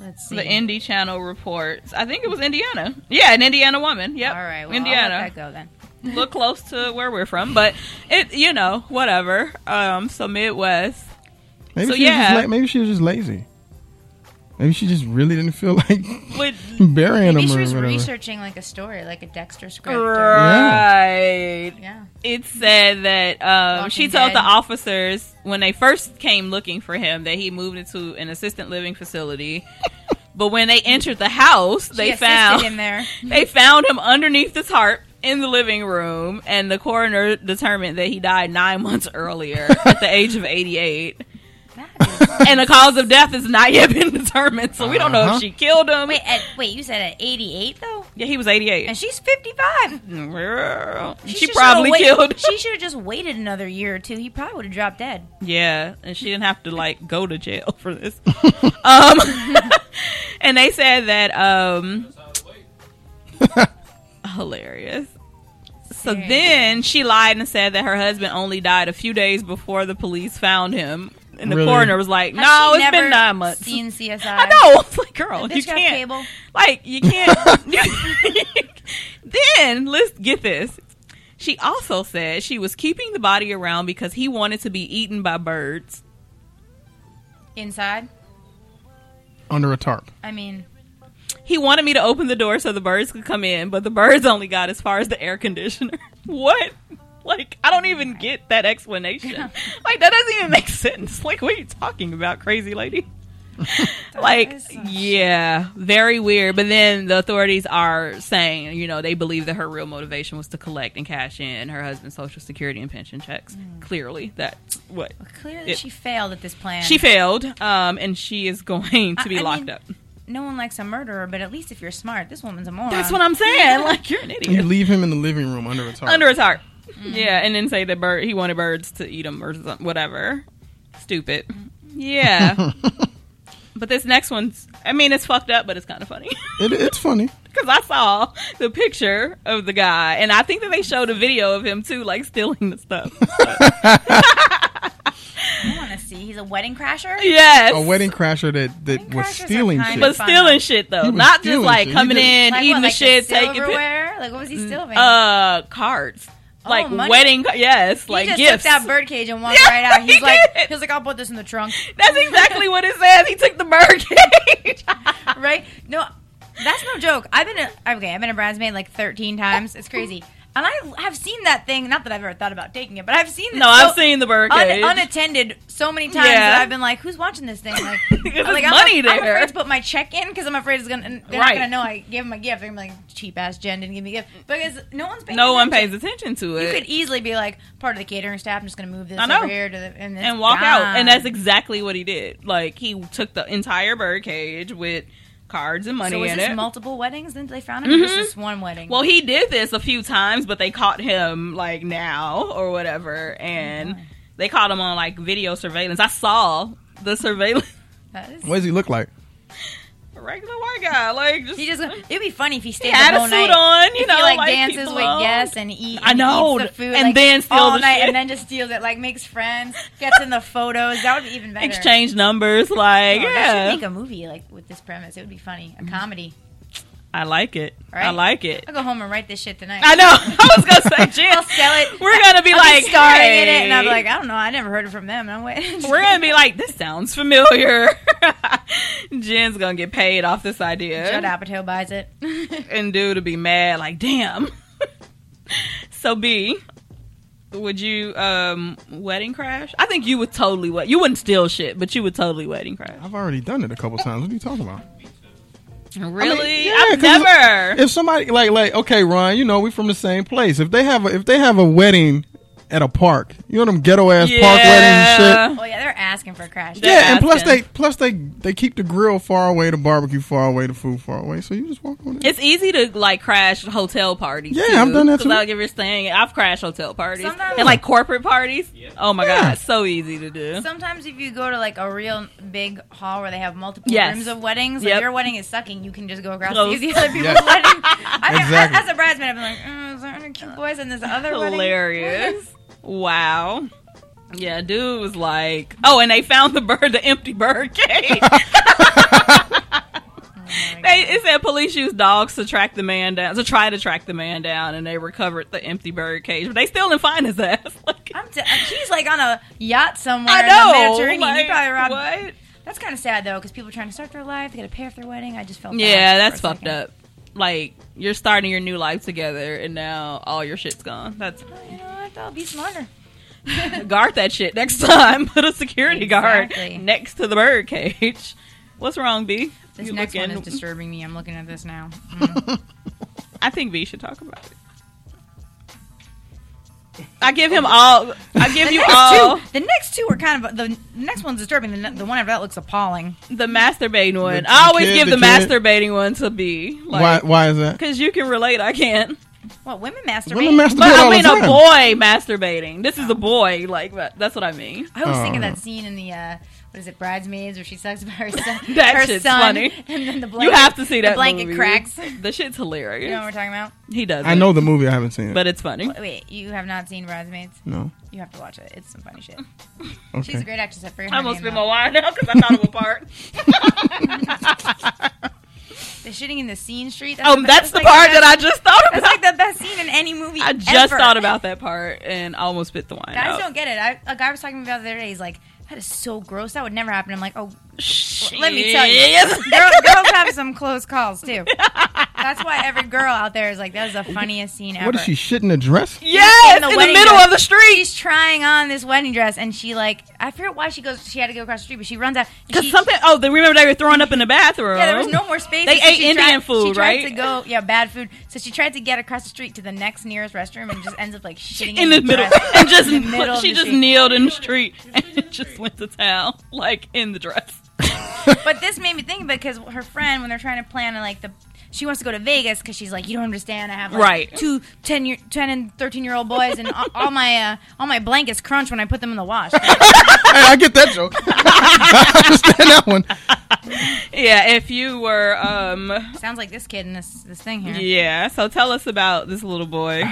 Speaker 3: Let's see.
Speaker 2: The indie channel reports. I think it was Indiana. Yeah, an Indiana woman. Yep.
Speaker 3: All right, well,
Speaker 2: Indiana.
Speaker 3: I'll let that go then.
Speaker 2: look close to where we're from, but it you know whatever. Um, so Midwest.
Speaker 4: Maybe
Speaker 2: So,
Speaker 4: she was
Speaker 2: yeah.
Speaker 4: just la- maybe she was just lazy. Maybe she just really didn't feel like
Speaker 2: Would,
Speaker 4: burying
Speaker 3: Maybe
Speaker 4: him
Speaker 3: she
Speaker 4: or
Speaker 3: was
Speaker 4: whatever.
Speaker 3: researching like a story, like a Dexter script. Or,
Speaker 2: right.
Speaker 3: yeah.
Speaker 2: It said that um,
Speaker 3: Walking
Speaker 2: she told
Speaker 3: Dead.
Speaker 2: the officers when they first came looking for him that he moved into an assisted living facility. but when they entered the house,
Speaker 3: She
Speaker 2: they
Speaker 3: assisted
Speaker 2: found
Speaker 3: him there.
Speaker 2: they found him underneath the tarp in the living room, and the coroner determined that he died nine months earlier at the age of 88.
Speaker 3: That is-
Speaker 2: and the cause of death has not yet been determined, so we don't know
Speaker 4: Uh-huh.
Speaker 2: if she killed him.
Speaker 3: wait, at, wait, you said at 88 though,
Speaker 2: Yeah, he was 88.
Speaker 3: and she's 55.
Speaker 2: Girl. She,
Speaker 3: should
Speaker 2: probably
Speaker 3: wait-
Speaker 2: killed.
Speaker 3: She should have just waited another year or two. He probably would have dropped dead.
Speaker 2: Yeah, and she didn't have to like go to jail for this. um, and they said that um, hilarious. So
Speaker 3: Seriously.
Speaker 2: then she lied and said that her husband only died a few days before the police found him, and the
Speaker 4: Really?
Speaker 2: coroner was like,
Speaker 3: Has
Speaker 2: "No,
Speaker 3: she
Speaker 2: it's
Speaker 3: never
Speaker 2: been nine months."
Speaker 3: Seen CSI?
Speaker 2: I know. It's like, girl,
Speaker 3: Bitch
Speaker 2: you
Speaker 3: got
Speaker 2: can't.
Speaker 3: cable.
Speaker 2: Like you can't. then let's get this. She also said she was keeping the body around because he wanted to be eaten by birds.
Speaker 3: Inside.
Speaker 4: under a tarp.
Speaker 3: I mean,
Speaker 2: He wanted me to open the door so the birds could come in, but the birds only got as far as the air conditioner. what? Like I don't even get that explanation. like that doesn't even make sense. Like what are you talking about, crazy lady? like
Speaker 3: is some
Speaker 2: yeah, very weird. But then the authorities are saying, you know, they believe that her real motivation was to collect and cash in her husband's social security and pension checks.
Speaker 3: Hmm.
Speaker 2: Clearly, that's what
Speaker 3: clearly
Speaker 2: It-
Speaker 3: she failed at this plan.
Speaker 2: she failed, um, and she is going to
Speaker 3: I-
Speaker 2: be
Speaker 3: I
Speaker 2: locked
Speaker 3: mean,
Speaker 2: up.
Speaker 3: no one likes a murderer, but at least if you're smart, this woman's a moron.
Speaker 2: That's what I'm saying. Like you're an idiot.
Speaker 4: You leave him in the living room under Mm-hmm. a tarp.
Speaker 2: under his heart. Yeah, and then say that bird he wanted birds to eat him or some- whatever. Stupid.
Speaker 4: Mm-hmm.
Speaker 2: Yeah. but this next one's I mean it's fucked up, but it's kind of funny
Speaker 4: It, it's funny.
Speaker 2: because I saw the picture of the guy, and I think that they showed a video of him too, like stealing the stuff.
Speaker 3: I want to see. He's a wedding crasher.
Speaker 2: yes.
Speaker 4: A wedding crasher that, that
Speaker 3: Wedding
Speaker 4: was
Speaker 3: crashers are
Speaker 4: stealing
Speaker 3: kind
Speaker 4: shit.
Speaker 3: of
Speaker 2: but stealing shit though,
Speaker 4: He was
Speaker 2: not just
Speaker 4: stealing
Speaker 2: like
Speaker 4: shit. He
Speaker 2: coming
Speaker 4: did-
Speaker 2: in,
Speaker 3: Like,
Speaker 2: eating
Speaker 3: what,
Speaker 2: the
Speaker 3: like
Speaker 2: shit,
Speaker 3: the
Speaker 2: taking pic-
Speaker 3: silverware? Like what was he stealing?
Speaker 2: uh cards, like
Speaker 3: money?
Speaker 2: wedding. ca- Yes, like
Speaker 3: he just
Speaker 2: gifts.
Speaker 3: took that birdcage and walked
Speaker 2: Yeah,
Speaker 3: right out.
Speaker 2: he
Speaker 3: He's like,
Speaker 2: did.
Speaker 3: he's like, I'll put this in the trunk.
Speaker 2: That's exactly what it says. He took the bird cage. right?
Speaker 3: right? No, that's no joke. I've been a, okay. I've been a bridesmaid like 13 times. It's crazy, and I have seen that thing. Not that I've ever thought about taking it, but I've seen it
Speaker 2: No,
Speaker 3: so
Speaker 2: I've seen the bird
Speaker 3: un-
Speaker 2: cage.
Speaker 3: unattended so many times
Speaker 2: Yeah.
Speaker 3: that I've been like, "Who's watching this thing?" Like,
Speaker 2: Because
Speaker 3: like
Speaker 2: there's
Speaker 3: I'm,
Speaker 2: money
Speaker 3: I'm
Speaker 2: there.
Speaker 3: afraid to put my check in because I'm afraid it's gonna. They're
Speaker 2: Right.
Speaker 3: not gonna know I gave them a gift. They're gonna be like, "Cheap ass Jen didn't give me a gift," because no one's paying.
Speaker 2: no one
Speaker 3: attention.
Speaker 2: pays attention to it.
Speaker 3: You could easily be like part of the catering staff. I'm just gonna move this
Speaker 2: I know.
Speaker 3: over here to the and, it's
Speaker 2: and walk out. And
Speaker 3: gone.
Speaker 2: that's exactly what he did. Like he took the entire bird cage with cards and money
Speaker 3: So was
Speaker 2: in
Speaker 3: this
Speaker 2: it. Mm-hmm.
Speaker 3: multiple weddings? Then they found him. Or was this one wedding?
Speaker 2: well, he did this a few times, but they caught him like now or whatever,
Speaker 3: Oh,
Speaker 2: and they caught him on like video surveillance. I saw the surveillance.
Speaker 3: that is.
Speaker 4: What does he look like?
Speaker 2: A regular white guy, like just
Speaker 3: He just it'd be funny if he stayed
Speaker 2: He had
Speaker 3: the
Speaker 2: a
Speaker 3: whole
Speaker 2: suit
Speaker 3: night.
Speaker 2: on, you
Speaker 3: If
Speaker 2: know,
Speaker 3: he like,
Speaker 2: like, he
Speaker 3: dances with
Speaker 2: belonged.
Speaker 3: guests and eat.
Speaker 2: I
Speaker 3: and
Speaker 2: know,
Speaker 3: eats the food,
Speaker 2: and
Speaker 3: like,
Speaker 2: then steals
Speaker 3: all
Speaker 2: the
Speaker 3: night,
Speaker 2: shit.
Speaker 3: and then just steals it. Like makes friends, gets in the photos. That would be even better.
Speaker 2: exchange numbers. Like,
Speaker 3: Oh, They should
Speaker 2: yeah,
Speaker 3: make a movie like with this premise. It would be funny, a comedy.
Speaker 2: I like it. I
Speaker 3: Right?
Speaker 2: like it.
Speaker 3: I'll go home and write this shit tonight.
Speaker 2: I know. I was gonna say, Jen,
Speaker 3: I'll sell it.
Speaker 2: we're gonna be
Speaker 3: I'll
Speaker 2: like
Speaker 3: be starring in it, and
Speaker 2: hey.
Speaker 3: I'm like, I don't know. I never heard it from them. I'm waiting.
Speaker 2: We're gonna be like, this sounds familiar. Jen's gonna get paid off this idea.
Speaker 3: Judd Apatow buys it.
Speaker 2: And dude will be mad, like, damn. so B, would you um wedding crash? I think you would totally wet you wouldn't steal shit, but you would totally wedding crash.
Speaker 4: I've already done it a couple times. What are you talking about?
Speaker 2: Really?
Speaker 4: yeah,
Speaker 2: I've
Speaker 4: 'cause
Speaker 2: never
Speaker 4: If somebody like like okay, Ron, you know we from the same place. If they have a, if they have a wedding at a park, you know them ghetto ass park weddings and shit.
Speaker 3: Oh yeah, they're asking for a crash.
Speaker 2: They're
Speaker 4: yeah, and plus
Speaker 2: asking.
Speaker 4: they plus they they keep the grill far away, the barbecue far away, the food far away. So you just walk on it.
Speaker 2: It's easy to like crash hotel parties.
Speaker 4: Yeah,
Speaker 2: too,
Speaker 4: I've done that
Speaker 2: Cause
Speaker 4: too.
Speaker 2: I'll give you a thing. I've crashed hotel parties
Speaker 3: Sometimes-
Speaker 2: and like corporate parties. Oh my
Speaker 4: Yeah.
Speaker 2: god, so easy to do.
Speaker 3: Sometimes if you go to like a real big hall where they have multiple
Speaker 2: Yes.
Speaker 3: rooms of weddings,
Speaker 2: Yep.
Speaker 3: if your wedding is sucking, you can just go across
Speaker 2: Close.
Speaker 3: to the other people's
Speaker 4: Yes.
Speaker 3: wedding. I,
Speaker 4: Exactly.
Speaker 3: I, as a bridesmaid, I've been like, mm, is there any cute boys in this other wedding?
Speaker 2: Hilarious. Wow. Yeah, dude was like, oh, and they found the bird, the empty bird cage. they, it said police used dogs to track the man down, to try to track the man down, and they recovered the empty bird cage, but they still didn't find his ass. Like,
Speaker 3: I'm t- uh, she's like on a yacht somewhere
Speaker 2: I
Speaker 3: in the
Speaker 2: know. Oh
Speaker 3: Mediterranean.
Speaker 2: like,
Speaker 3: you probably robbed.
Speaker 2: what?
Speaker 3: That's kind of sad though, because people are trying to start their life, they got to pay off their wedding. I just felt
Speaker 2: Yeah,
Speaker 3: bad
Speaker 2: that's
Speaker 3: for a
Speaker 2: fucked
Speaker 3: second.
Speaker 2: up. Like, you're starting your new life together, and now all your shit's gone. That's
Speaker 3: Well, Oh, You know what? I'll be smarter.
Speaker 2: guard that shit next time. Put a security
Speaker 3: Exactly.
Speaker 2: guard next to the bird cage. What's wrong, B?
Speaker 3: This
Speaker 2: You
Speaker 3: next one
Speaker 2: looking-
Speaker 3: is disturbing me. I'm looking at this now.
Speaker 2: I think B should talk about it. I give him all. I give you all
Speaker 3: Two, the next two are kind of the, the next one's disturbing. The, ne- the one after that looks appalling.
Speaker 2: the masturbating one.
Speaker 4: The
Speaker 2: I always
Speaker 4: kid,
Speaker 2: give the,
Speaker 4: the kid.
Speaker 2: masturbating one to B.
Speaker 4: why
Speaker 2: Like,
Speaker 4: why is that?
Speaker 2: Because you can relate, I can.
Speaker 3: What women masturbate?
Speaker 4: Women masturbate
Speaker 2: But
Speaker 4: all
Speaker 2: I mean,
Speaker 4: the
Speaker 2: a
Speaker 4: time.
Speaker 2: boy masturbating. This is a boy. Like that, that's what I mean.
Speaker 3: I always think of
Speaker 4: Oh.
Speaker 3: that scene in the uh, what is it, Bridesmaids, where she talks about her son.
Speaker 2: That
Speaker 3: her
Speaker 2: shit's
Speaker 3: son,
Speaker 2: funny.
Speaker 3: And then the blanket,
Speaker 2: You have to see that
Speaker 3: The blanket
Speaker 2: movie.
Speaker 3: cracks. You
Speaker 2: The shit's hilarious.
Speaker 3: know what we're talking about?
Speaker 2: he does.
Speaker 4: I know the movie. I haven't seen it.
Speaker 2: but it's funny.
Speaker 3: Wait, you have not seen Bridesmaids?
Speaker 4: no.
Speaker 3: You have to watch it. It's some funny shit.
Speaker 4: Okay.
Speaker 3: She's a great actress. I forget
Speaker 2: I
Speaker 3: her
Speaker 2: almost
Speaker 3: name.
Speaker 2: spit
Speaker 3: though.
Speaker 2: my wine out because I thought of a part.
Speaker 3: The shitting in the scene street.
Speaker 2: Oh, that's the part that I just thought
Speaker 3: That's
Speaker 2: about.
Speaker 3: like the best scene in any movie.
Speaker 2: I just
Speaker 3: ever.
Speaker 2: thought about that part and almost spit the wine
Speaker 3: Guys
Speaker 2: out.
Speaker 3: don't get it. I, a guy was talking about it the other day. He's like, "That is so gross. That would never happen." I'm like, "Oh,
Speaker 2: Shit.
Speaker 3: Let me tell you, girl, girls have some close calls too. That's why every girl out there is like, "That was the funniest scene ever."
Speaker 4: What is she shitting a dress?
Speaker 2: Yes, in
Speaker 3: In the
Speaker 2: the,
Speaker 3: wedding
Speaker 2: middle
Speaker 3: dress.
Speaker 2: of the street.
Speaker 3: She's trying on this wedding dress, and she like, I forget why she goes. She had to go across the street, but she runs out and
Speaker 2: Because
Speaker 3: she-
Speaker 2: something. Oh, they remember they were throwing up in the bathroom.
Speaker 3: Yeah, there was no more space.
Speaker 2: They
Speaker 3: so
Speaker 2: ate
Speaker 3: she
Speaker 2: Indian
Speaker 3: tried-
Speaker 2: food,
Speaker 3: she tried
Speaker 2: right?
Speaker 3: To go, yeah, bad food. So she tried to get across the street to the next nearest restroom, and just ends up like shitting
Speaker 2: in the middle,
Speaker 3: dress
Speaker 2: and just
Speaker 3: in the middle of
Speaker 2: she
Speaker 3: the
Speaker 2: just
Speaker 3: street.
Speaker 2: kneeled in the street and just went to town like in the dress.
Speaker 3: But this made me think because her friend, when they're trying to plan, like the. She wants to go to Vegas because she's like, you don't understand. I have like
Speaker 2: Right.
Speaker 3: two 10, year, 10 and thirteen year old boys, and all, all my uh, all my blankets crunch when I put them in the wash.
Speaker 4: hey, I get that joke. I understand that one.
Speaker 2: Yeah, if you were, um,
Speaker 3: Sounds like this kid in this this thing here.
Speaker 2: yeah. So tell us about this little boy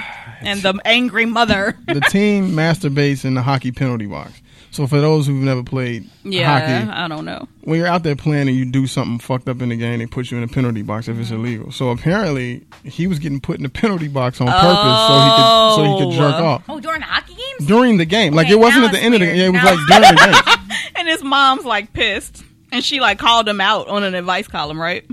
Speaker 2: and the angry mother.
Speaker 4: The team masturbates in the hockey penalty box. So for those who've never played
Speaker 2: Yeah,
Speaker 4: hockey,
Speaker 2: I don't know.
Speaker 4: when you're out there playing and you do something fucked up in the game, they put you in a penalty box if it's
Speaker 2: Mm-hmm.
Speaker 4: illegal. So apparently he was getting put in the penalty box on purpose so he could so he could jerk
Speaker 2: Oh.
Speaker 4: off.
Speaker 3: Oh, during the hockey games.
Speaker 4: During the game. Like
Speaker 3: Okay,
Speaker 4: it wasn't
Speaker 3: now
Speaker 4: at the
Speaker 3: it's
Speaker 4: end of the
Speaker 3: weird.
Speaker 4: game. It was
Speaker 3: Now
Speaker 4: like during the game.
Speaker 2: And his mom's like pissed. And she like called him out on an advice column, right?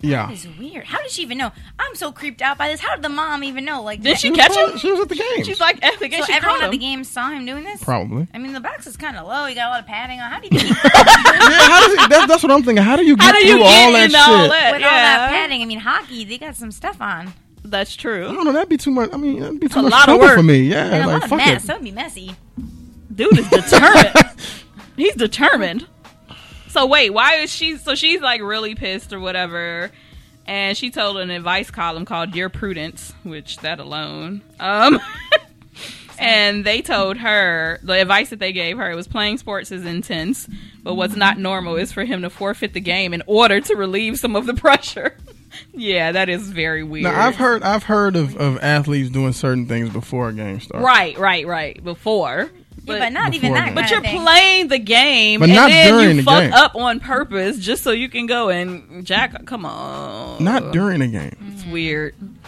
Speaker 4: Yeah.
Speaker 3: That is weird. How did she even know? I'm so creeped out by this. How did the mom even know? Like,
Speaker 2: Did
Speaker 3: that-
Speaker 2: she catch him?
Speaker 4: She was at the games.
Speaker 2: She's like, I
Speaker 3: So
Speaker 2: guess she
Speaker 3: everyone
Speaker 2: caught
Speaker 3: at the
Speaker 2: him.
Speaker 3: game saw him doing this.
Speaker 4: Probably.
Speaker 3: I mean, the box is kind of low. You got a lot of padding on. How do you get
Speaker 4: Yeah, how does it, that, that's what I'm thinking. How do you get
Speaker 2: How do you
Speaker 4: through
Speaker 2: get
Speaker 4: all that
Speaker 2: in
Speaker 4: shit?
Speaker 2: all that?
Speaker 3: with
Speaker 2: yeah,
Speaker 3: all that padding? I mean, hockey. They got some stuff on.
Speaker 2: that's
Speaker 3: Oh
Speaker 4: I
Speaker 2: true.
Speaker 4: don't know. That'd be too much. I mean, that'd be too
Speaker 2: a
Speaker 4: much
Speaker 2: lot of
Speaker 4: trouble
Speaker 2: work.
Speaker 4: for me. Yeah,
Speaker 3: And a
Speaker 4: like
Speaker 3: lot of
Speaker 4: fuck
Speaker 3: mess.
Speaker 4: it.
Speaker 3: That would be messy.
Speaker 2: Dude is determined. He's determined. So wait, why is she? So she's like really pissed or whatever, and she told an advice column called "Dear Prudence," which that alone. Um, and they told her the advice that they gave her was playing sports is intense, but what's not normal is for him to forfeit the game in order to relieve some of the pressure. yeah, that is very weird.
Speaker 4: Now I've heard I've heard of, of athletes doing certain things before a game starts.
Speaker 2: right, right, right. Before,
Speaker 3: yeah, but not even that.
Speaker 4: Before that.
Speaker 3: Kind
Speaker 2: But
Speaker 3: of
Speaker 2: you're
Speaker 3: thing.
Speaker 2: playing the game,
Speaker 4: But
Speaker 2: and
Speaker 4: not
Speaker 2: then
Speaker 4: during
Speaker 2: you
Speaker 4: the
Speaker 2: fuck
Speaker 4: game.
Speaker 2: up on purpose just so you can go and Jack. Come on,
Speaker 4: Not during a
Speaker 3: Mm.
Speaker 4: game.
Speaker 2: It's weird.
Speaker 3: You
Speaker 2: and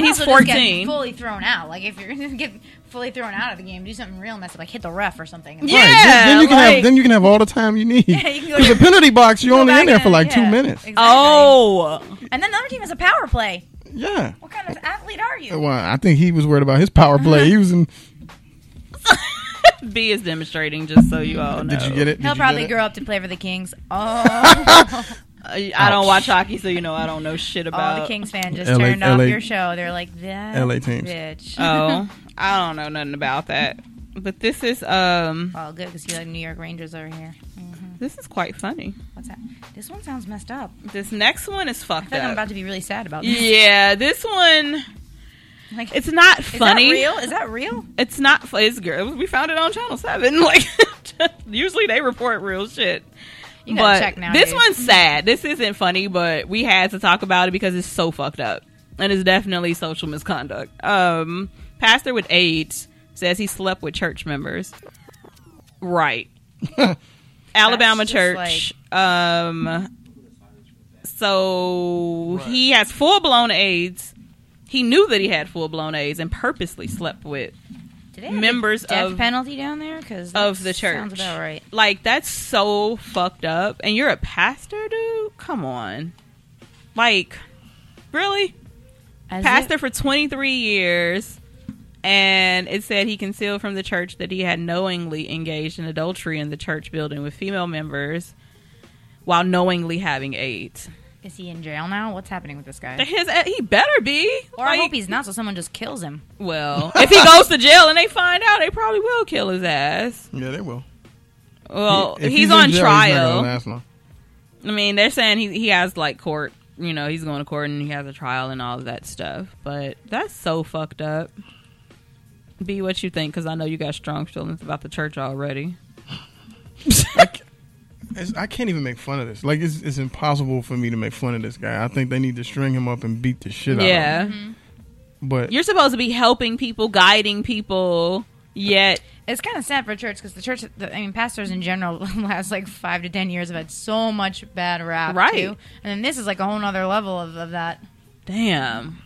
Speaker 3: might
Speaker 2: he's
Speaker 3: as well just get
Speaker 2: 14.
Speaker 3: fully thrown out. Like if you're gonna get fully thrown out of the game, do something real messy, like hit the ref or something.
Speaker 2: Yeah,
Speaker 4: Right. Then, then you can
Speaker 2: like-
Speaker 4: have then you can have all the time you need.
Speaker 3: Yeah, you can go
Speaker 4: Because the penalty box, you're
Speaker 3: Go
Speaker 4: only
Speaker 3: back
Speaker 4: in there for
Speaker 3: and-
Speaker 4: like
Speaker 3: yeah,
Speaker 4: two minutes.
Speaker 3: Exactly.
Speaker 2: Oh,
Speaker 3: and then the other team has a power play.
Speaker 4: Yeah.
Speaker 3: What kind of athlete are you?
Speaker 4: Well, I think he was worried about his power play. He was in.
Speaker 2: B is demonstrating just so you all know.
Speaker 4: Did you get it?
Speaker 3: He'll
Speaker 4: Did you
Speaker 3: probably
Speaker 4: get it?
Speaker 3: grow up to play for the Kings. Oh,
Speaker 2: I, Uh, I don't watch hockey, so you know I don't know shit about
Speaker 3: all the Kings fan just
Speaker 4: LA
Speaker 3: turned off
Speaker 4: LA
Speaker 3: your show. They're like that.
Speaker 4: LA teams.
Speaker 3: Bitch.
Speaker 2: Oh, I don't know nothing about that. But this is um,
Speaker 3: Well, good because you like New York Rangers over here.
Speaker 2: this is quite funny.
Speaker 3: What's that? This one sounds messed up.
Speaker 2: This next one is
Speaker 3: I
Speaker 2: fucked
Speaker 3: feel like I'm
Speaker 2: up.
Speaker 3: about to be really sad about this.
Speaker 2: Yeah, this one.
Speaker 3: Like,
Speaker 2: It's not
Speaker 3: is
Speaker 2: funny.
Speaker 3: that real? Is that real?
Speaker 2: it's not fu- it's girl. We found it on Channel Seven. Like usually they report real shit.
Speaker 3: You gotta
Speaker 2: but
Speaker 3: check now.
Speaker 2: this one's sad. This isn't funny, but we had to talk about it because it's so fucked up, and it's definitely social misconduct. Um, pastor with AIDS says he slept with church members. Right. Alabama
Speaker 3: just
Speaker 2: church. um. So he has full blown AIDS. He knew that he had full blown AIDS and purposely slept with members
Speaker 3: death
Speaker 2: of-
Speaker 3: penalty down there because
Speaker 2: of the church.
Speaker 3: sounds about right.
Speaker 2: Like that's so fucked up. And you're a pastor, dude. Come on. Like, really?
Speaker 3: As
Speaker 2: pastor for 23 years. And it said he concealed from the church that he had knowingly engaged in adultery in the church building with female members while knowingly having AIDS.
Speaker 3: If, is he in jail now? What's happening with this guy?
Speaker 2: His, uh, he better be.
Speaker 3: Or I
Speaker 2: Like,
Speaker 3: hope he's not, so someone just kills him.
Speaker 2: well, if he goes to jail and they find out, they probably will kill his ass.
Speaker 4: Yeah, they will.
Speaker 2: Well,
Speaker 4: If- if
Speaker 2: he's, on
Speaker 4: in jail, he's not
Speaker 2: trial.
Speaker 4: gonna last long.
Speaker 2: I mean, they're saying he he has like court, you know, he's going to court and he has a trial and all of that stuff. But that's so fucked up. Be what you think, because I know you got strong feelings about the church already.
Speaker 4: It's, I can't even make fun of this. Like it's, it's impossible for me to make fun of this guy. I think they need to string him up and beat the shit out. of him.
Speaker 2: yeah,
Speaker 4: but
Speaker 2: you're supposed to be helping people, guiding people. Yet,
Speaker 3: It's kind of sad for church because the church, the, I mean, pastors in general, last like five to ten years have had so much bad rap,
Speaker 2: Right.
Speaker 3: Too. And then this is like a whole nother level of, of that.
Speaker 2: damn.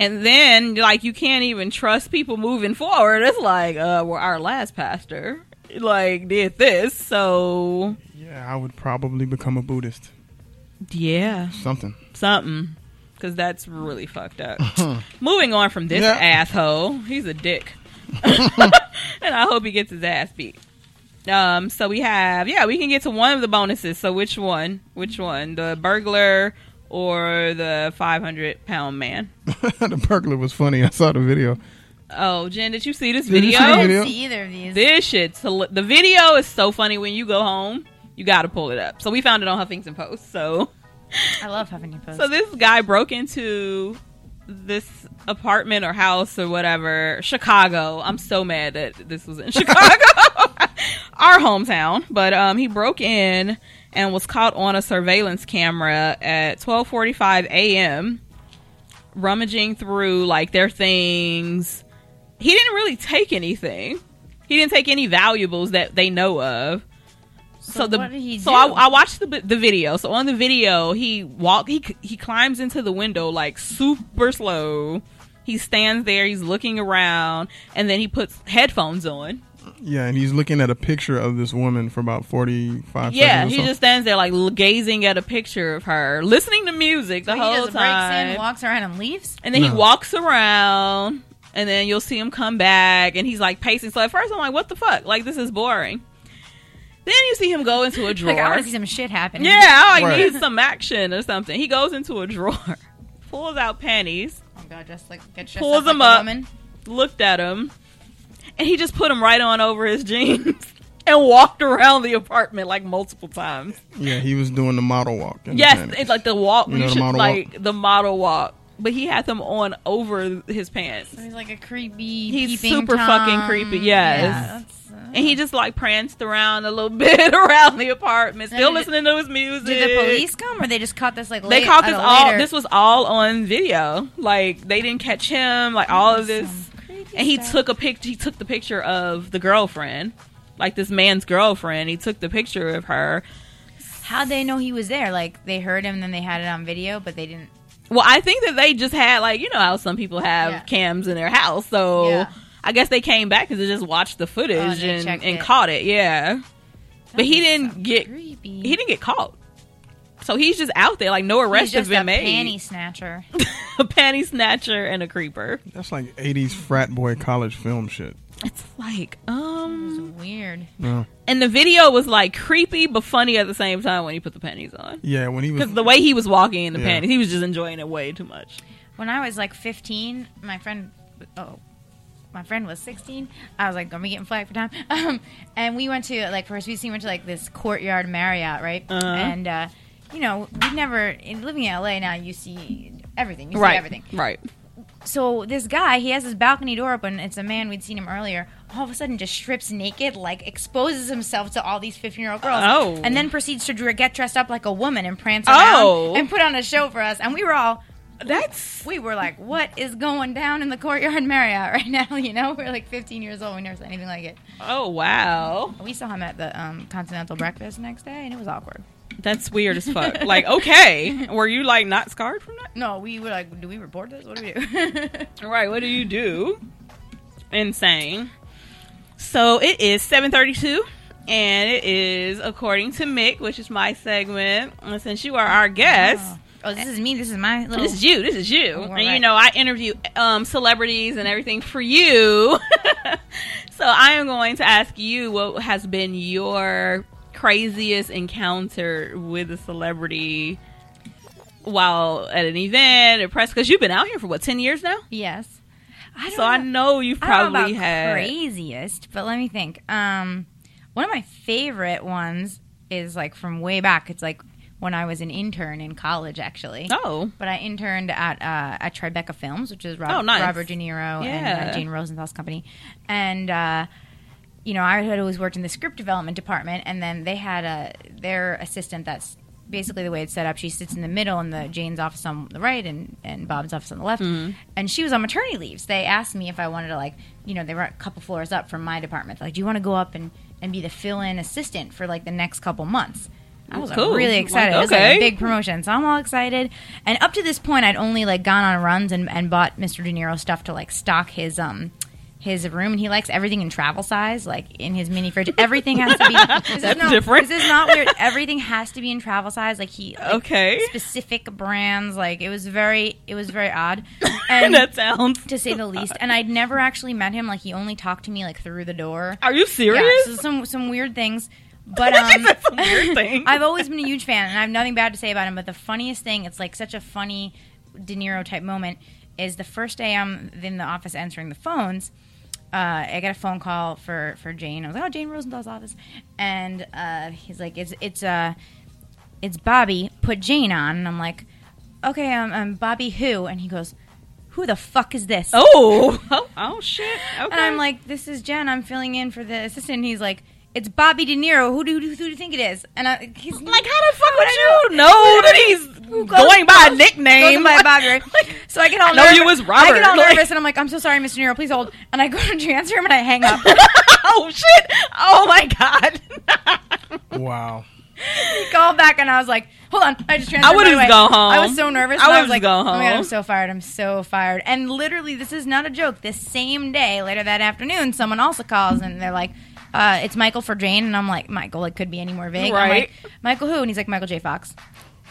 Speaker 2: And then, like, you can't even trust people moving forward. It's like, uh, well, our last pastor, like, did this, so
Speaker 4: yeah, I would probably become a Buddhist.
Speaker 2: yeah.
Speaker 4: Something.
Speaker 2: something because that's really fucked up. Moving on from this
Speaker 4: Uh-huh. Yeah.
Speaker 2: asshole, he's a dick, and I hope he gets his ass beat. Um, so we have yeah, we can get to one of the bonuses. So which one? Which one? The burglar or the five hundred pound man?
Speaker 4: the burglar was funny. I saw the video.
Speaker 2: Oh, Jen, did you see this
Speaker 4: Did you
Speaker 2: video?
Speaker 4: see the
Speaker 3: I
Speaker 4: video?
Speaker 3: didn't see either of these.
Speaker 2: This shit's hila- the video is so funny. When you go home, you got to pull it up. So we found it on Huffington Post. So.
Speaker 3: I love Huffington Post.
Speaker 2: So this guy broke into this apartment or house or whatever, Chicago. I'm so mad that this was in Chicago, our hometown. But um, he broke in and was caught on a surveillance camera at 12:45 a.m. rummaging through like their things. He didn't really take anything. He didn't take any valuables that they know of so the
Speaker 3: what did he
Speaker 2: so
Speaker 3: do?
Speaker 2: I, I watched the the video. So on the video, he walk he he climbs into the window like super slow. He stands there. He's looking around, and then he puts headphones on.
Speaker 4: Yeah, and he's looking at a picture of this woman for about forty five.
Speaker 2: Yeah,
Speaker 4: seconds or
Speaker 2: he
Speaker 4: so.
Speaker 2: just stands there like l- gazing at a picture of her, listening to music the
Speaker 3: But
Speaker 2: whole
Speaker 3: Oh, he just breaks
Speaker 2: time,
Speaker 3: in, walks around, and leaves.
Speaker 2: and then he
Speaker 4: No.
Speaker 2: walks around, and then you'll see him come back, and he's like pacing. So at first I'm like, what the fuck? Like this is boring. Then you see him go into a drawer.
Speaker 3: Like I want to see some shit happen.
Speaker 2: yeah, I like,
Speaker 4: Right.
Speaker 2: need some action or something. He goes into a drawer, pulls out panties,
Speaker 3: Oh god, just like get dressed
Speaker 2: Pulls
Speaker 3: up
Speaker 2: him
Speaker 3: like a
Speaker 2: up.
Speaker 3: woman.
Speaker 2: looked at him, and he just put them right on over his jeans. And walked around the apartment like multiple times.
Speaker 4: yeah, he was doing the model walk. in the
Speaker 2: Yes,
Speaker 4: panties.
Speaker 2: it's like the walk.
Speaker 4: You
Speaker 2: You,
Speaker 4: know the
Speaker 2: should
Speaker 4: model
Speaker 2: like the model walk, but he had them on over his pants,
Speaker 3: So he's like a creepy.
Speaker 2: He's
Speaker 3: peeping
Speaker 2: super fucking
Speaker 3: Tom.
Speaker 2: creepy, yes.
Speaker 3: Yeah, that's, uh,
Speaker 2: and he just like pranced around a little bit around the apartment, still
Speaker 3: Did-
Speaker 2: listening to his music.
Speaker 3: did the police come or they just caught this like
Speaker 2: They
Speaker 3: late-
Speaker 2: caught
Speaker 3: at
Speaker 2: this
Speaker 3: a
Speaker 2: all.
Speaker 3: later?
Speaker 2: This was all on video. Like they didn't catch him. Like all of this,
Speaker 3: Some creepy
Speaker 2: and he
Speaker 3: stuff.
Speaker 2: took a pic. He took the picture of the girlfriend, like this man's girlfriend. He took the picture of her.
Speaker 3: How'd they know he was there? Like they heard him, then they had it on video, but they didn't.
Speaker 2: Well, I think that they just had like you know how some people have
Speaker 3: Yeah.
Speaker 2: cams in their house, so
Speaker 3: Yeah. Oh,
Speaker 2: I guess they came back because they just watched the footage
Speaker 3: they
Speaker 2: and,
Speaker 3: checked
Speaker 2: and
Speaker 3: it.
Speaker 2: caught it. Yeah, but he
Speaker 3: That is
Speaker 2: didn't
Speaker 3: so
Speaker 2: get
Speaker 3: creepy.
Speaker 2: he didn't get caught, so he's just out there like no
Speaker 3: He's
Speaker 2: arrest has
Speaker 3: just
Speaker 2: been
Speaker 3: a
Speaker 2: made.
Speaker 3: panty snatcher.
Speaker 2: a panty snatcher and a creeper.
Speaker 4: that's like eighties frat boy college film shit.
Speaker 2: It's like
Speaker 3: It was
Speaker 2: um,
Speaker 3: weird.
Speaker 4: Yeah,
Speaker 2: and the video was like creepy but funny at the same time when he put the panties on
Speaker 4: yeah when he was
Speaker 2: because the way he was walking in the
Speaker 4: Yeah.
Speaker 2: panties, he was just enjoying it way too much.
Speaker 3: When I was like 15, my friend, oh, my friend was 16. I was like, "Gonna be getting flagged for time." Um, and we went to like first we went to like this courtyard Marriott, right?
Speaker 2: Uh-huh.
Speaker 3: And uh, you know, we never in living in LA now. You see everything. You see everything.
Speaker 2: right.
Speaker 3: So this guy, he has his balcony door open. It's a man we'd seen him earlier. All of a sudden, just strips naked, like exposes himself to all these fifteen-year-old girls,
Speaker 2: Oh.
Speaker 3: and then proceeds to dr- get dressed up like a woman and prance around
Speaker 2: Oh.
Speaker 3: and put on a show for us. And we were all,
Speaker 2: That's
Speaker 3: we were like, "What is going down in the courtyard Marriott right now?" You know, we're like 15 years old. We never saw anything like it.
Speaker 2: oh wow.
Speaker 3: We saw him at the um, Continental breakfast the next day, and it was awkward.
Speaker 2: That's weird as fuck. like, okay, were you like not scarred from that?
Speaker 3: No, we were like, "Do we report this? What do we do?"
Speaker 2: Right. What do you do? Insane. So it is seven thirty-two, and it is according to Mick, which is my segment. And since you are our guest.
Speaker 3: oh, this is me. This is my little.
Speaker 2: This is you. This is you.
Speaker 3: All
Speaker 2: and you
Speaker 3: right.
Speaker 2: know, I interview um, celebrities and everything for you. so I am going to ask you what has been your craziest encounter with a celebrity while at an event or press? Because you've been out here for what ten years now.
Speaker 3: yes. I don't
Speaker 2: so I
Speaker 3: know.
Speaker 2: know you've
Speaker 3: I don't know
Speaker 2: probably
Speaker 3: about
Speaker 2: had.
Speaker 3: craziest, but let me think. Um, one of my favorite ones is like from way back. It's like when I was an intern in college, actually.
Speaker 2: Oh,
Speaker 3: But I interned at uh, at Tribeca Films, which is Rob,
Speaker 2: Oh, nice.
Speaker 3: Robert De Niro and
Speaker 2: Yeah.
Speaker 3: uh, Jane Rosenthal's company, and. Uh, you know, I had always worked in the script development department, and then they had a their assistant. That's basically the way it's set up. She sits in the middle, and the Jane's office on the right, and and Bob's office on the left.
Speaker 2: Mm-hmm.
Speaker 3: And she was on maternity leaves. they asked me if I wanted to like, you know, they were a couple floors up from my department. Like, do you want to go up and and be the fill in assistant for like the next couple months? I was like,
Speaker 2: Cool.
Speaker 3: really
Speaker 2: Like,
Speaker 3: excited. It was like
Speaker 2: okay.
Speaker 3: a big promotion, so I'm all excited. And up to this point, I'd only like gone on runs and, and bought Mr. De Niro stuff to like stock his um his room, and he likes everything in travel size, like in his mini fridge. Everything has to be. This
Speaker 2: That's
Speaker 3: is no,
Speaker 2: different.
Speaker 3: This is not weird. Everything has to be in travel size. Like he like,
Speaker 2: Okay.
Speaker 3: specific brands. Like it was very it was very odd. And
Speaker 2: that sounds.
Speaker 3: to say the least. And I'd never actually met him. Like he only talked to me like through the door.
Speaker 2: Are you serious?
Speaker 3: Yeah, so some some weird things. But
Speaker 2: That's
Speaker 3: um,
Speaker 2: some weird thing.
Speaker 3: I've always been a huge fan, and I have nothing bad to say about him. But the funniest thing, it's like such a funny De Niro type moment, is the first day I'm in the office answering the phones. Uh, I got a phone call for for Jane. I was like, "Oh, Jane Rosenthal's office," and uh, he's like, "It's it's uh, it's Bobby. Put Jane on." And I'm like, "Okay, I'm, I'm Bobby who?" And he goes, "Who the fuck is this?"
Speaker 2: oh, oh, oh, shit. Okay.
Speaker 3: And I'm like, this is Jen. I'm filling in for the assistant. And he's like, it's Bobby De Niro. Who do, who do, who do you think it is? And I, he's
Speaker 2: like, how the fuck would you know that he's going by a nickname?
Speaker 3: Goes by Bobby, right? so I get all
Speaker 2: I know
Speaker 3: nervous.
Speaker 2: you was
Speaker 3: I
Speaker 2: Robert,
Speaker 3: get all
Speaker 2: like-
Speaker 3: nervous, and I'm like, I'm so sorry, Mr. De Niro. Please hold. And I go to transfer him, and I hang up.
Speaker 2: oh shit! Oh my god!
Speaker 4: wow.
Speaker 3: He called back and I was like, "Hold on, I just transferred."
Speaker 2: I would've
Speaker 3: right away."
Speaker 2: gone home.
Speaker 3: I was so nervous.
Speaker 2: I
Speaker 3: and I
Speaker 2: would've
Speaker 3: was like,
Speaker 2: gone
Speaker 3: "Oh my god,
Speaker 2: home.
Speaker 3: I'm so fired. I'm so fired." And literally, this is not a joke. This same day, later that afternoon, someone also calls and they're like, uh, "It's Michael for Jane," and I'm like, "Michael, it could be any more vague." I'm
Speaker 2: Right.
Speaker 3: like, Michael who? And he's like, "Michael J. Fox."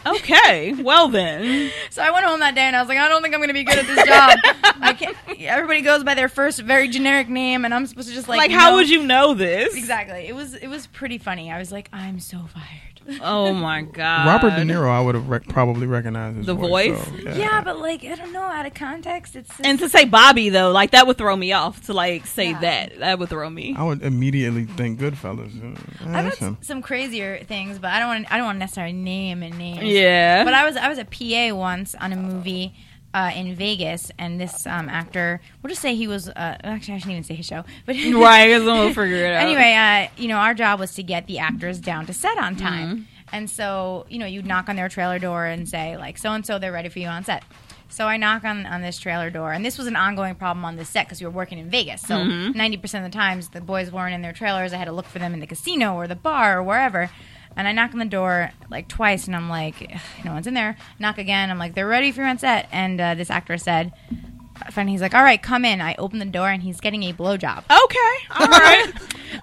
Speaker 2: Okay, well then.
Speaker 3: So I went home that day and I was like, I don't think I'm going to be good at this job. I can't. Everybody goes by their first very generic name, and I'm supposed to just like
Speaker 2: Like, how
Speaker 3: know-
Speaker 2: would you know this?
Speaker 3: Exactly. It was it was pretty funny. I was like, I'm so fired.
Speaker 2: Oh my god.
Speaker 4: Robert De Niro, I would have rec- probably recognized his
Speaker 2: The
Speaker 4: voice.
Speaker 2: voice?
Speaker 4: so,
Speaker 3: Yeah. but like I don't know, out of context, it's just,
Speaker 2: And to say Bobby though, like that would throw me off. To like say
Speaker 3: Yeah.
Speaker 2: that, that would throw me.
Speaker 4: I would immediately think Goodfellas. Uh,
Speaker 3: I've
Speaker 4: that's
Speaker 3: had
Speaker 4: him.
Speaker 3: s- some crazier things, but I don't want I don't want to necessarily name and names.
Speaker 2: Yeah.
Speaker 3: But I was I was a PA once on a movie uh, in Vegas, and this um, actor, we'll just say he was. Uh, actually, I shouldn't even say his show, but
Speaker 2: right, because I'm gonna figure it out.
Speaker 3: Anyway, uh, you know, our job was to get the actors down to set on time. And so, you know, you'd knock on their trailer door and say, like, so and so, they're ready for you on set. So I knock on, on this trailer door, and this was an ongoing problem on this set because we were working in Vegas. So 90% of the times, the boys weren't in their trailers. I had to look for them in the casino or the bar or wherever. And I knock on the door like twice, and I'm like, "Ugh, no one's in there. Knock again. I'm like, they're ready for you on set. And uh, this actor said, uh, finally, he's like, all right, come in. I open the door, and he's getting a blowjob.
Speaker 2: okay, all right.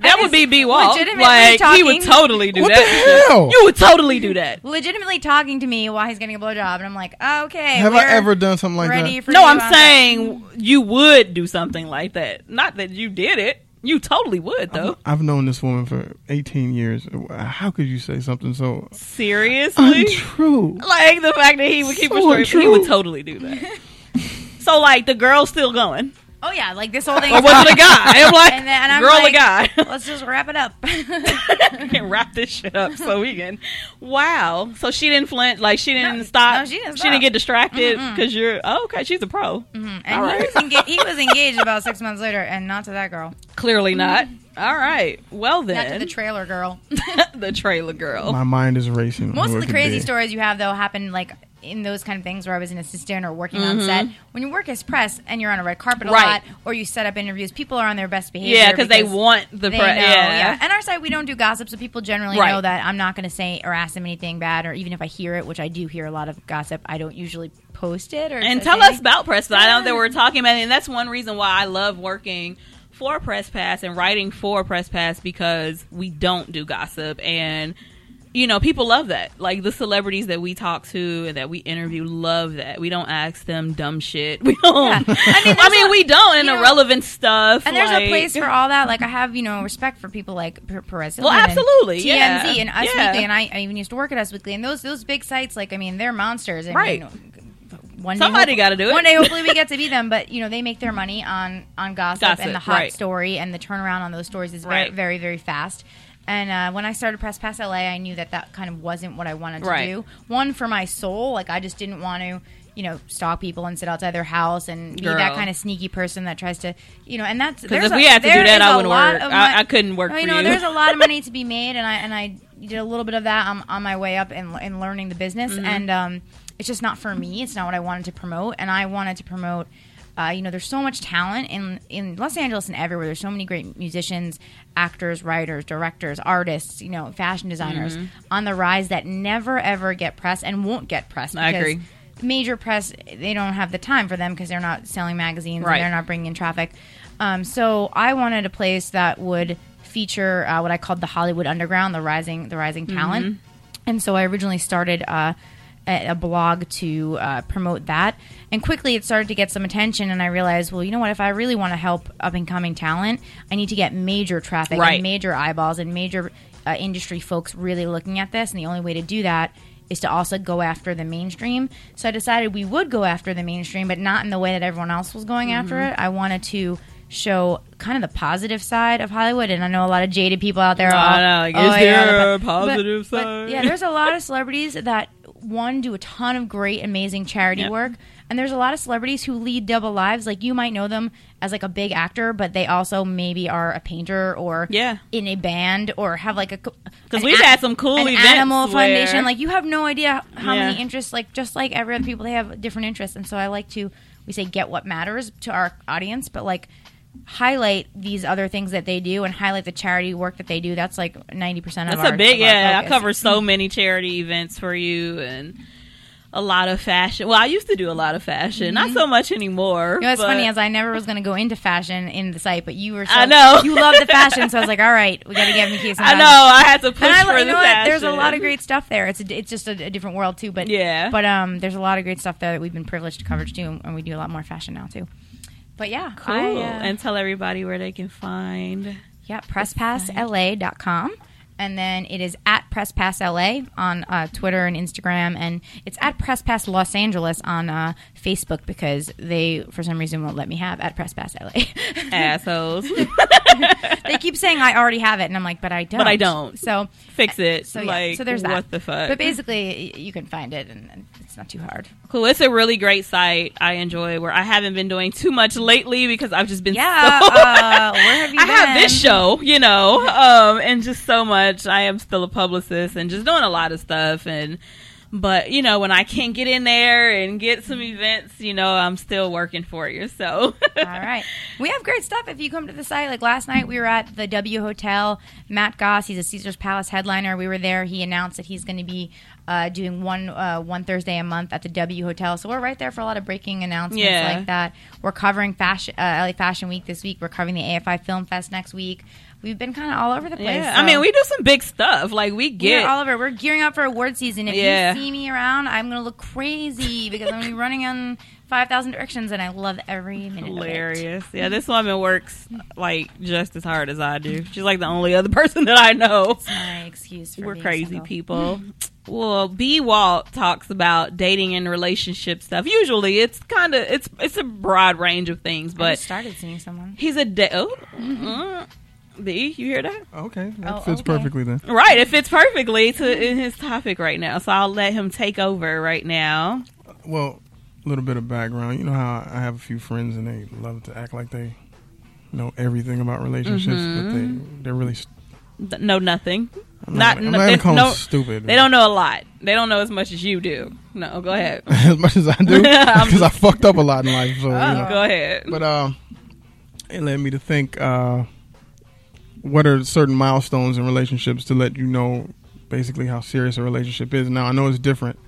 Speaker 2: That would be B Wall.
Speaker 3: legitimately
Speaker 2: Like he
Speaker 3: talking-
Speaker 2: would totally do
Speaker 4: What
Speaker 2: that.
Speaker 4: the hell?
Speaker 2: You would totally do that.
Speaker 3: legitimately talking to me while he's getting a blowjob, and I'm like, oh, okay.
Speaker 4: Have
Speaker 3: we're
Speaker 4: I ever done something like
Speaker 3: ready
Speaker 4: that?
Speaker 3: for
Speaker 2: no,
Speaker 3: you
Speaker 2: I'm
Speaker 3: on-
Speaker 2: saying you would do something like that. Not that you did it. You totally would though.
Speaker 4: I've known this woman for 18 years. How could you say something so
Speaker 2: Seriously.
Speaker 4: untrue?
Speaker 2: Like the fact that he would keep
Speaker 4: So
Speaker 2: it straight, he
Speaker 4: untrue.
Speaker 2: would totally do that. so like the girl's still going,
Speaker 3: Oh yeah, like this whole thing.
Speaker 2: or was it a guy? I'm like,
Speaker 3: And then- and I'm
Speaker 2: girl,
Speaker 3: like-
Speaker 2: a guy.
Speaker 3: Let's just wrap it up.
Speaker 2: I can wrap this shit up so we can. Wow. So she didn't flinch. Like she didn't
Speaker 3: No,
Speaker 2: stop.
Speaker 3: no, she didn't stop.
Speaker 2: get distracted because you're oh, okay. She's a pro.
Speaker 3: and
Speaker 2: All
Speaker 3: he,
Speaker 2: right.
Speaker 3: was enga- he was engaged about six months later, and not to that girl,
Speaker 2: Clearly not. All right. Well
Speaker 3: not to
Speaker 2: then,
Speaker 3: the trailer girl.
Speaker 2: the trailer girl.
Speaker 4: My mind is racing.
Speaker 3: Oh. Most of
Speaker 4: Who it
Speaker 3: the
Speaker 4: could
Speaker 3: crazy
Speaker 4: be.
Speaker 3: stories you have though happen like in those kind of things where I was an assistant or working on set. When you work as press and you're on a red carpet a
Speaker 2: Mm-hmm. Right.
Speaker 3: lot, or you set up interviews, people are on their best behavior.
Speaker 2: Yeah, because they want the
Speaker 3: They
Speaker 2: pro.
Speaker 3: know,
Speaker 2: yeah.
Speaker 3: And our site, we don't do gossip, so people generally
Speaker 2: Right.
Speaker 3: know that I'm not going to say or ask them anything bad, or even if I hear it, which I do hear a lot of gossip, I don't usually post it. Or
Speaker 2: and
Speaker 3: say
Speaker 2: tell us
Speaker 3: anything.
Speaker 2: about press pass. I know that we're talking about it, and that's one reason why I love working for press pass and writing for press pass because we don't do gossip and you know people love that like the celebrities that we talk to and that we interview love that we don't ask them dumb shit we don't i mean, we don't and
Speaker 3: you know,
Speaker 2: irrelevant stuff
Speaker 3: And there's
Speaker 2: like-
Speaker 3: a place for all that. Like I have, you know, respect for people like P- Perez.
Speaker 2: Well,
Speaker 3: Hilton and
Speaker 2: absolutely,
Speaker 3: TMZ
Speaker 2: yeah.
Speaker 3: and Us
Speaker 2: Yeah.
Speaker 3: Weekly, and I, I even used to work at Us Weekly. And those those big sites, like I mean, they're monsters. I
Speaker 2: Right.
Speaker 3: Mean, one
Speaker 2: Somebody
Speaker 3: day,
Speaker 2: gotta do it.
Speaker 3: One day, hopefully, we get to be them. But you know, they make their money on on gossip,
Speaker 2: Gossip,
Speaker 3: and the hot
Speaker 2: right.
Speaker 3: story, and the turnaround on those stories is very
Speaker 2: Right.
Speaker 3: very very fast. And uh, when I started Press Pass LA, I knew that that kind of wasn't what I wanted to
Speaker 2: Right.
Speaker 3: do. One for my soul, like I just didn't want to, you know, stalk people and sit outside their house and be that
Speaker 2: Girl.
Speaker 3: kind of sneaky person that tries to, you know, and that's
Speaker 2: Because if
Speaker 3: there's
Speaker 2: we
Speaker 3: a-
Speaker 2: had to do
Speaker 3: there
Speaker 2: that,
Speaker 3: is
Speaker 2: I
Speaker 3: a
Speaker 2: wouldn't
Speaker 3: lot
Speaker 2: work.
Speaker 3: of
Speaker 2: I- I couldn't work
Speaker 3: No,
Speaker 2: for
Speaker 3: know,
Speaker 2: you.
Speaker 3: there's a lot of money to be made, and I and I did a little bit of that um, on, on my way up in, in learning the business,
Speaker 2: Mm-hmm.
Speaker 3: and um, it's just not for me. It's not what I wanted to promote, and I wanted to promote. Uh, you know, there's so much talent in in Los Angeles and everywhere. There's so many great musicians, actors, writers, directors, artists. You know, fashion designers
Speaker 2: Mm-hmm.
Speaker 3: on the rise that never ever get press and won't get press.
Speaker 2: I agree.
Speaker 3: Major press, they don't have the time for them because they're not selling magazines
Speaker 2: Right.
Speaker 3: and they're not bringing in traffic. Um, so I wanted a place that would feature uh, what I called the Hollywood underground, the rising, the rising talent. And so I originally started uh, a, a blog to uh, promote that, and quickly it started to get some attention. And I realized, well, you know what? If I really want to help up and coming talent, I need to get major traffic,
Speaker 2: Right.
Speaker 3: and major eyeballs, and major uh, industry folks really looking at this. And the only way to do that is to also go after the mainstream. So I decided we would go after the mainstream, but not in the way that everyone else was going
Speaker 2: Mm-hmm.
Speaker 3: after it. I wanted to show kind of the positive side of Hollywood, and I know a lot of jaded people out there.
Speaker 2: I
Speaker 3: are, "Oh,
Speaker 2: know, like, is there a positive side?
Speaker 3: yeah, there's a lot of celebrities that one do a ton of great, amazing charity
Speaker 2: Yeah.
Speaker 3: work, and there's a lot of celebrities who lead double lives. Like you might know them as like a big actor, but they also maybe are a painter or
Speaker 2: Yeah.
Speaker 3: in a band or have like a because
Speaker 2: we've had some cool
Speaker 3: an
Speaker 2: events
Speaker 3: animal
Speaker 2: where-
Speaker 3: foundation. Like you have no idea how many
Speaker 2: Yeah.
Speaker 3: interests. Like just like every other people, they have different interests, and so I like to we say get what matters to our audience, but like highlight these other things that they do and highlight the charity work that they do. That's like ninety percent of
Speaker 2: That's
Speaker 3: our-
Speaker 2: a big
Speaker 3: of our
Speaker 2: yeah. I
Speaker 3: focus.
Speaker 2: cover so many charity events for you and a lot of fashion. Well, I used to do a lot of fashion, not so much anymore.
Speaker 3: Mm-hmm. You know, what's
Speaker 2: but-
Speaker 3: funny as I never was going to go into fashion in the site, but you were. So,
Speaker 2: I know.
Speaker 3: you love the fashion, so I was like, all right, we got to give Nikki some.
Speaker 2: I know
Speaker 3: fashion.
Speaker 2: I had to push
Speaker 3: And I,
Speaker 2: for
Speaker 3: you
Speaker 2: the
Speaker 3: know what? There's a lot of
Speaker 2: fashion.
Speaker 3: great stuff there. It's a, it's just a, a different world too, but
Speaker 2: Yeah.
Speaker 3: But um, there's a lot of great stuff there that we've been privileged to cover too, and we do a lot more fashion now too. But yeah,
Speaker 2: Cool.
Speaker 3: I, uh,
Speaker 2: and tell everybody where they can find.
Speaker 3: yeah, presspassla.com. And then it is at PressPassLA on uh, Twitter and Instagram. And it's at PressPass Los Angeles on uh, Facebook because they, for some reason, won't let me have at PressPassLA.
Speaker 2: Assholes.
Speaker 3: they keep saying I already have it. And I'm like, but I don't.
Speaker 2: But I don't. Uh,
Speaker 3: So,
Speaker 2: Fix it.
Speaker 3: so yeah,
Speaker 2: like,
Speaker 3: so there's that.
Speaker 2: What the fuck?
Speaker 3: But basically, y- you can find it and, and it's not too hard.
Speaker 2: cool. It's a really great site. I enjoy where I haven't been doing too much lately because I've just been
Speaker 3: Yeah.
Speaker 2: so
Speaker 3: uh, where have you
Speaker 2: I have
Speaker 3: been?
Speaker 2: this show, you know, um, and just so much. I am still a publicist and just doing a lot of stuff. And but you know, when I can get in there and get some events, you know, I'm still working for you. So
Speaker 3: All right. We have great stuff if you come to the site. Like last night, we were at the W Hotel. Matt Goss, he's a Caesar's Palace headliner. We were there. He announced that he's going to be uh, doing one uh, one Thursday a month at the W Hotel. So we're right there for a lot of breaking announcements
Speaker 2: Yeah.
Speaker 3: like that. We're covering fashion, uh, LA Fashion Week this week. We're covering the AFI Film Fest next week. We've been kind of all over the place.
Speaker 2: yeah,
Speaker 3: so
Speaker 2: I mean, we do some big stuff. Like we
Speaker 3: we're
Speaker 2: get
Speaker 3: all over. We're gearing up for award season. If
Speaker 2: Yeah.
Speaker 3: you see me around, I'm going to look crazy because I'm going to be running in 5,000 directions, and I love every minute. Of it.
Speaker 2: hilarious. Yeah, this woman works like just as hard as I do. She's like the only other person that I know.
Speaker 3: my excuse for
Speaker 2: We're
Speaker 3: being
Speaker 2: crazy
Speaker 3: single.
Speaker 2: people. well, B Walt talks about dating and relationship stuff. Usually, it's kind of it's it's a broad range of things,
Speaker 3: I
Speaker 2: but
Speaker 3: just started seeing someone.
Speaker 2: He's a de- oh,
Speaker 4: Mm-hmm.
Speaker 2: mm, B. You hear that?
Speaker 4: Okay, that
Speaker 3: Oh,
Speaker 4: fits
Speaker 3: okay.
Speaker 4: perfectly then.
Speaker 2: Right. It fits perfectly
Speaker 4: Mm-hmm.
Speaker 2: to in his topic right now. So I'll let him take over right now.
Speaker 4: Well, a little bit of background. You know how I have a few friends and they love to act like they know everything about relationships,
Speaker 3: Mm-hmm.
Speaker 4: but they they're really st-
Speaker 2: Th- Know nothing.
Speaker 4: I'm
Speaker 2: Not,
Speaker 4: not, I'm not gonna
Speaker 2: they,
Speaker 4: call
Speaker 2: no-
Speaker 4: them stupid.
Speaker 2: they don't know a lot. They don't know as much as you do. No, go ahead. Oh,
Speaker 4: as much as I do
Speaker 2: I'm
Speaker 4: because I fucked up a lot in life.
Speaker 3: Oh,
Speaker 4: So, you know.
Speaker 2: Oh, go ahead.
Speaker 4: but um, it led me to think: uh, what are certain milestones in relationships to let you know basically how serious a relationship is? Now I know it's different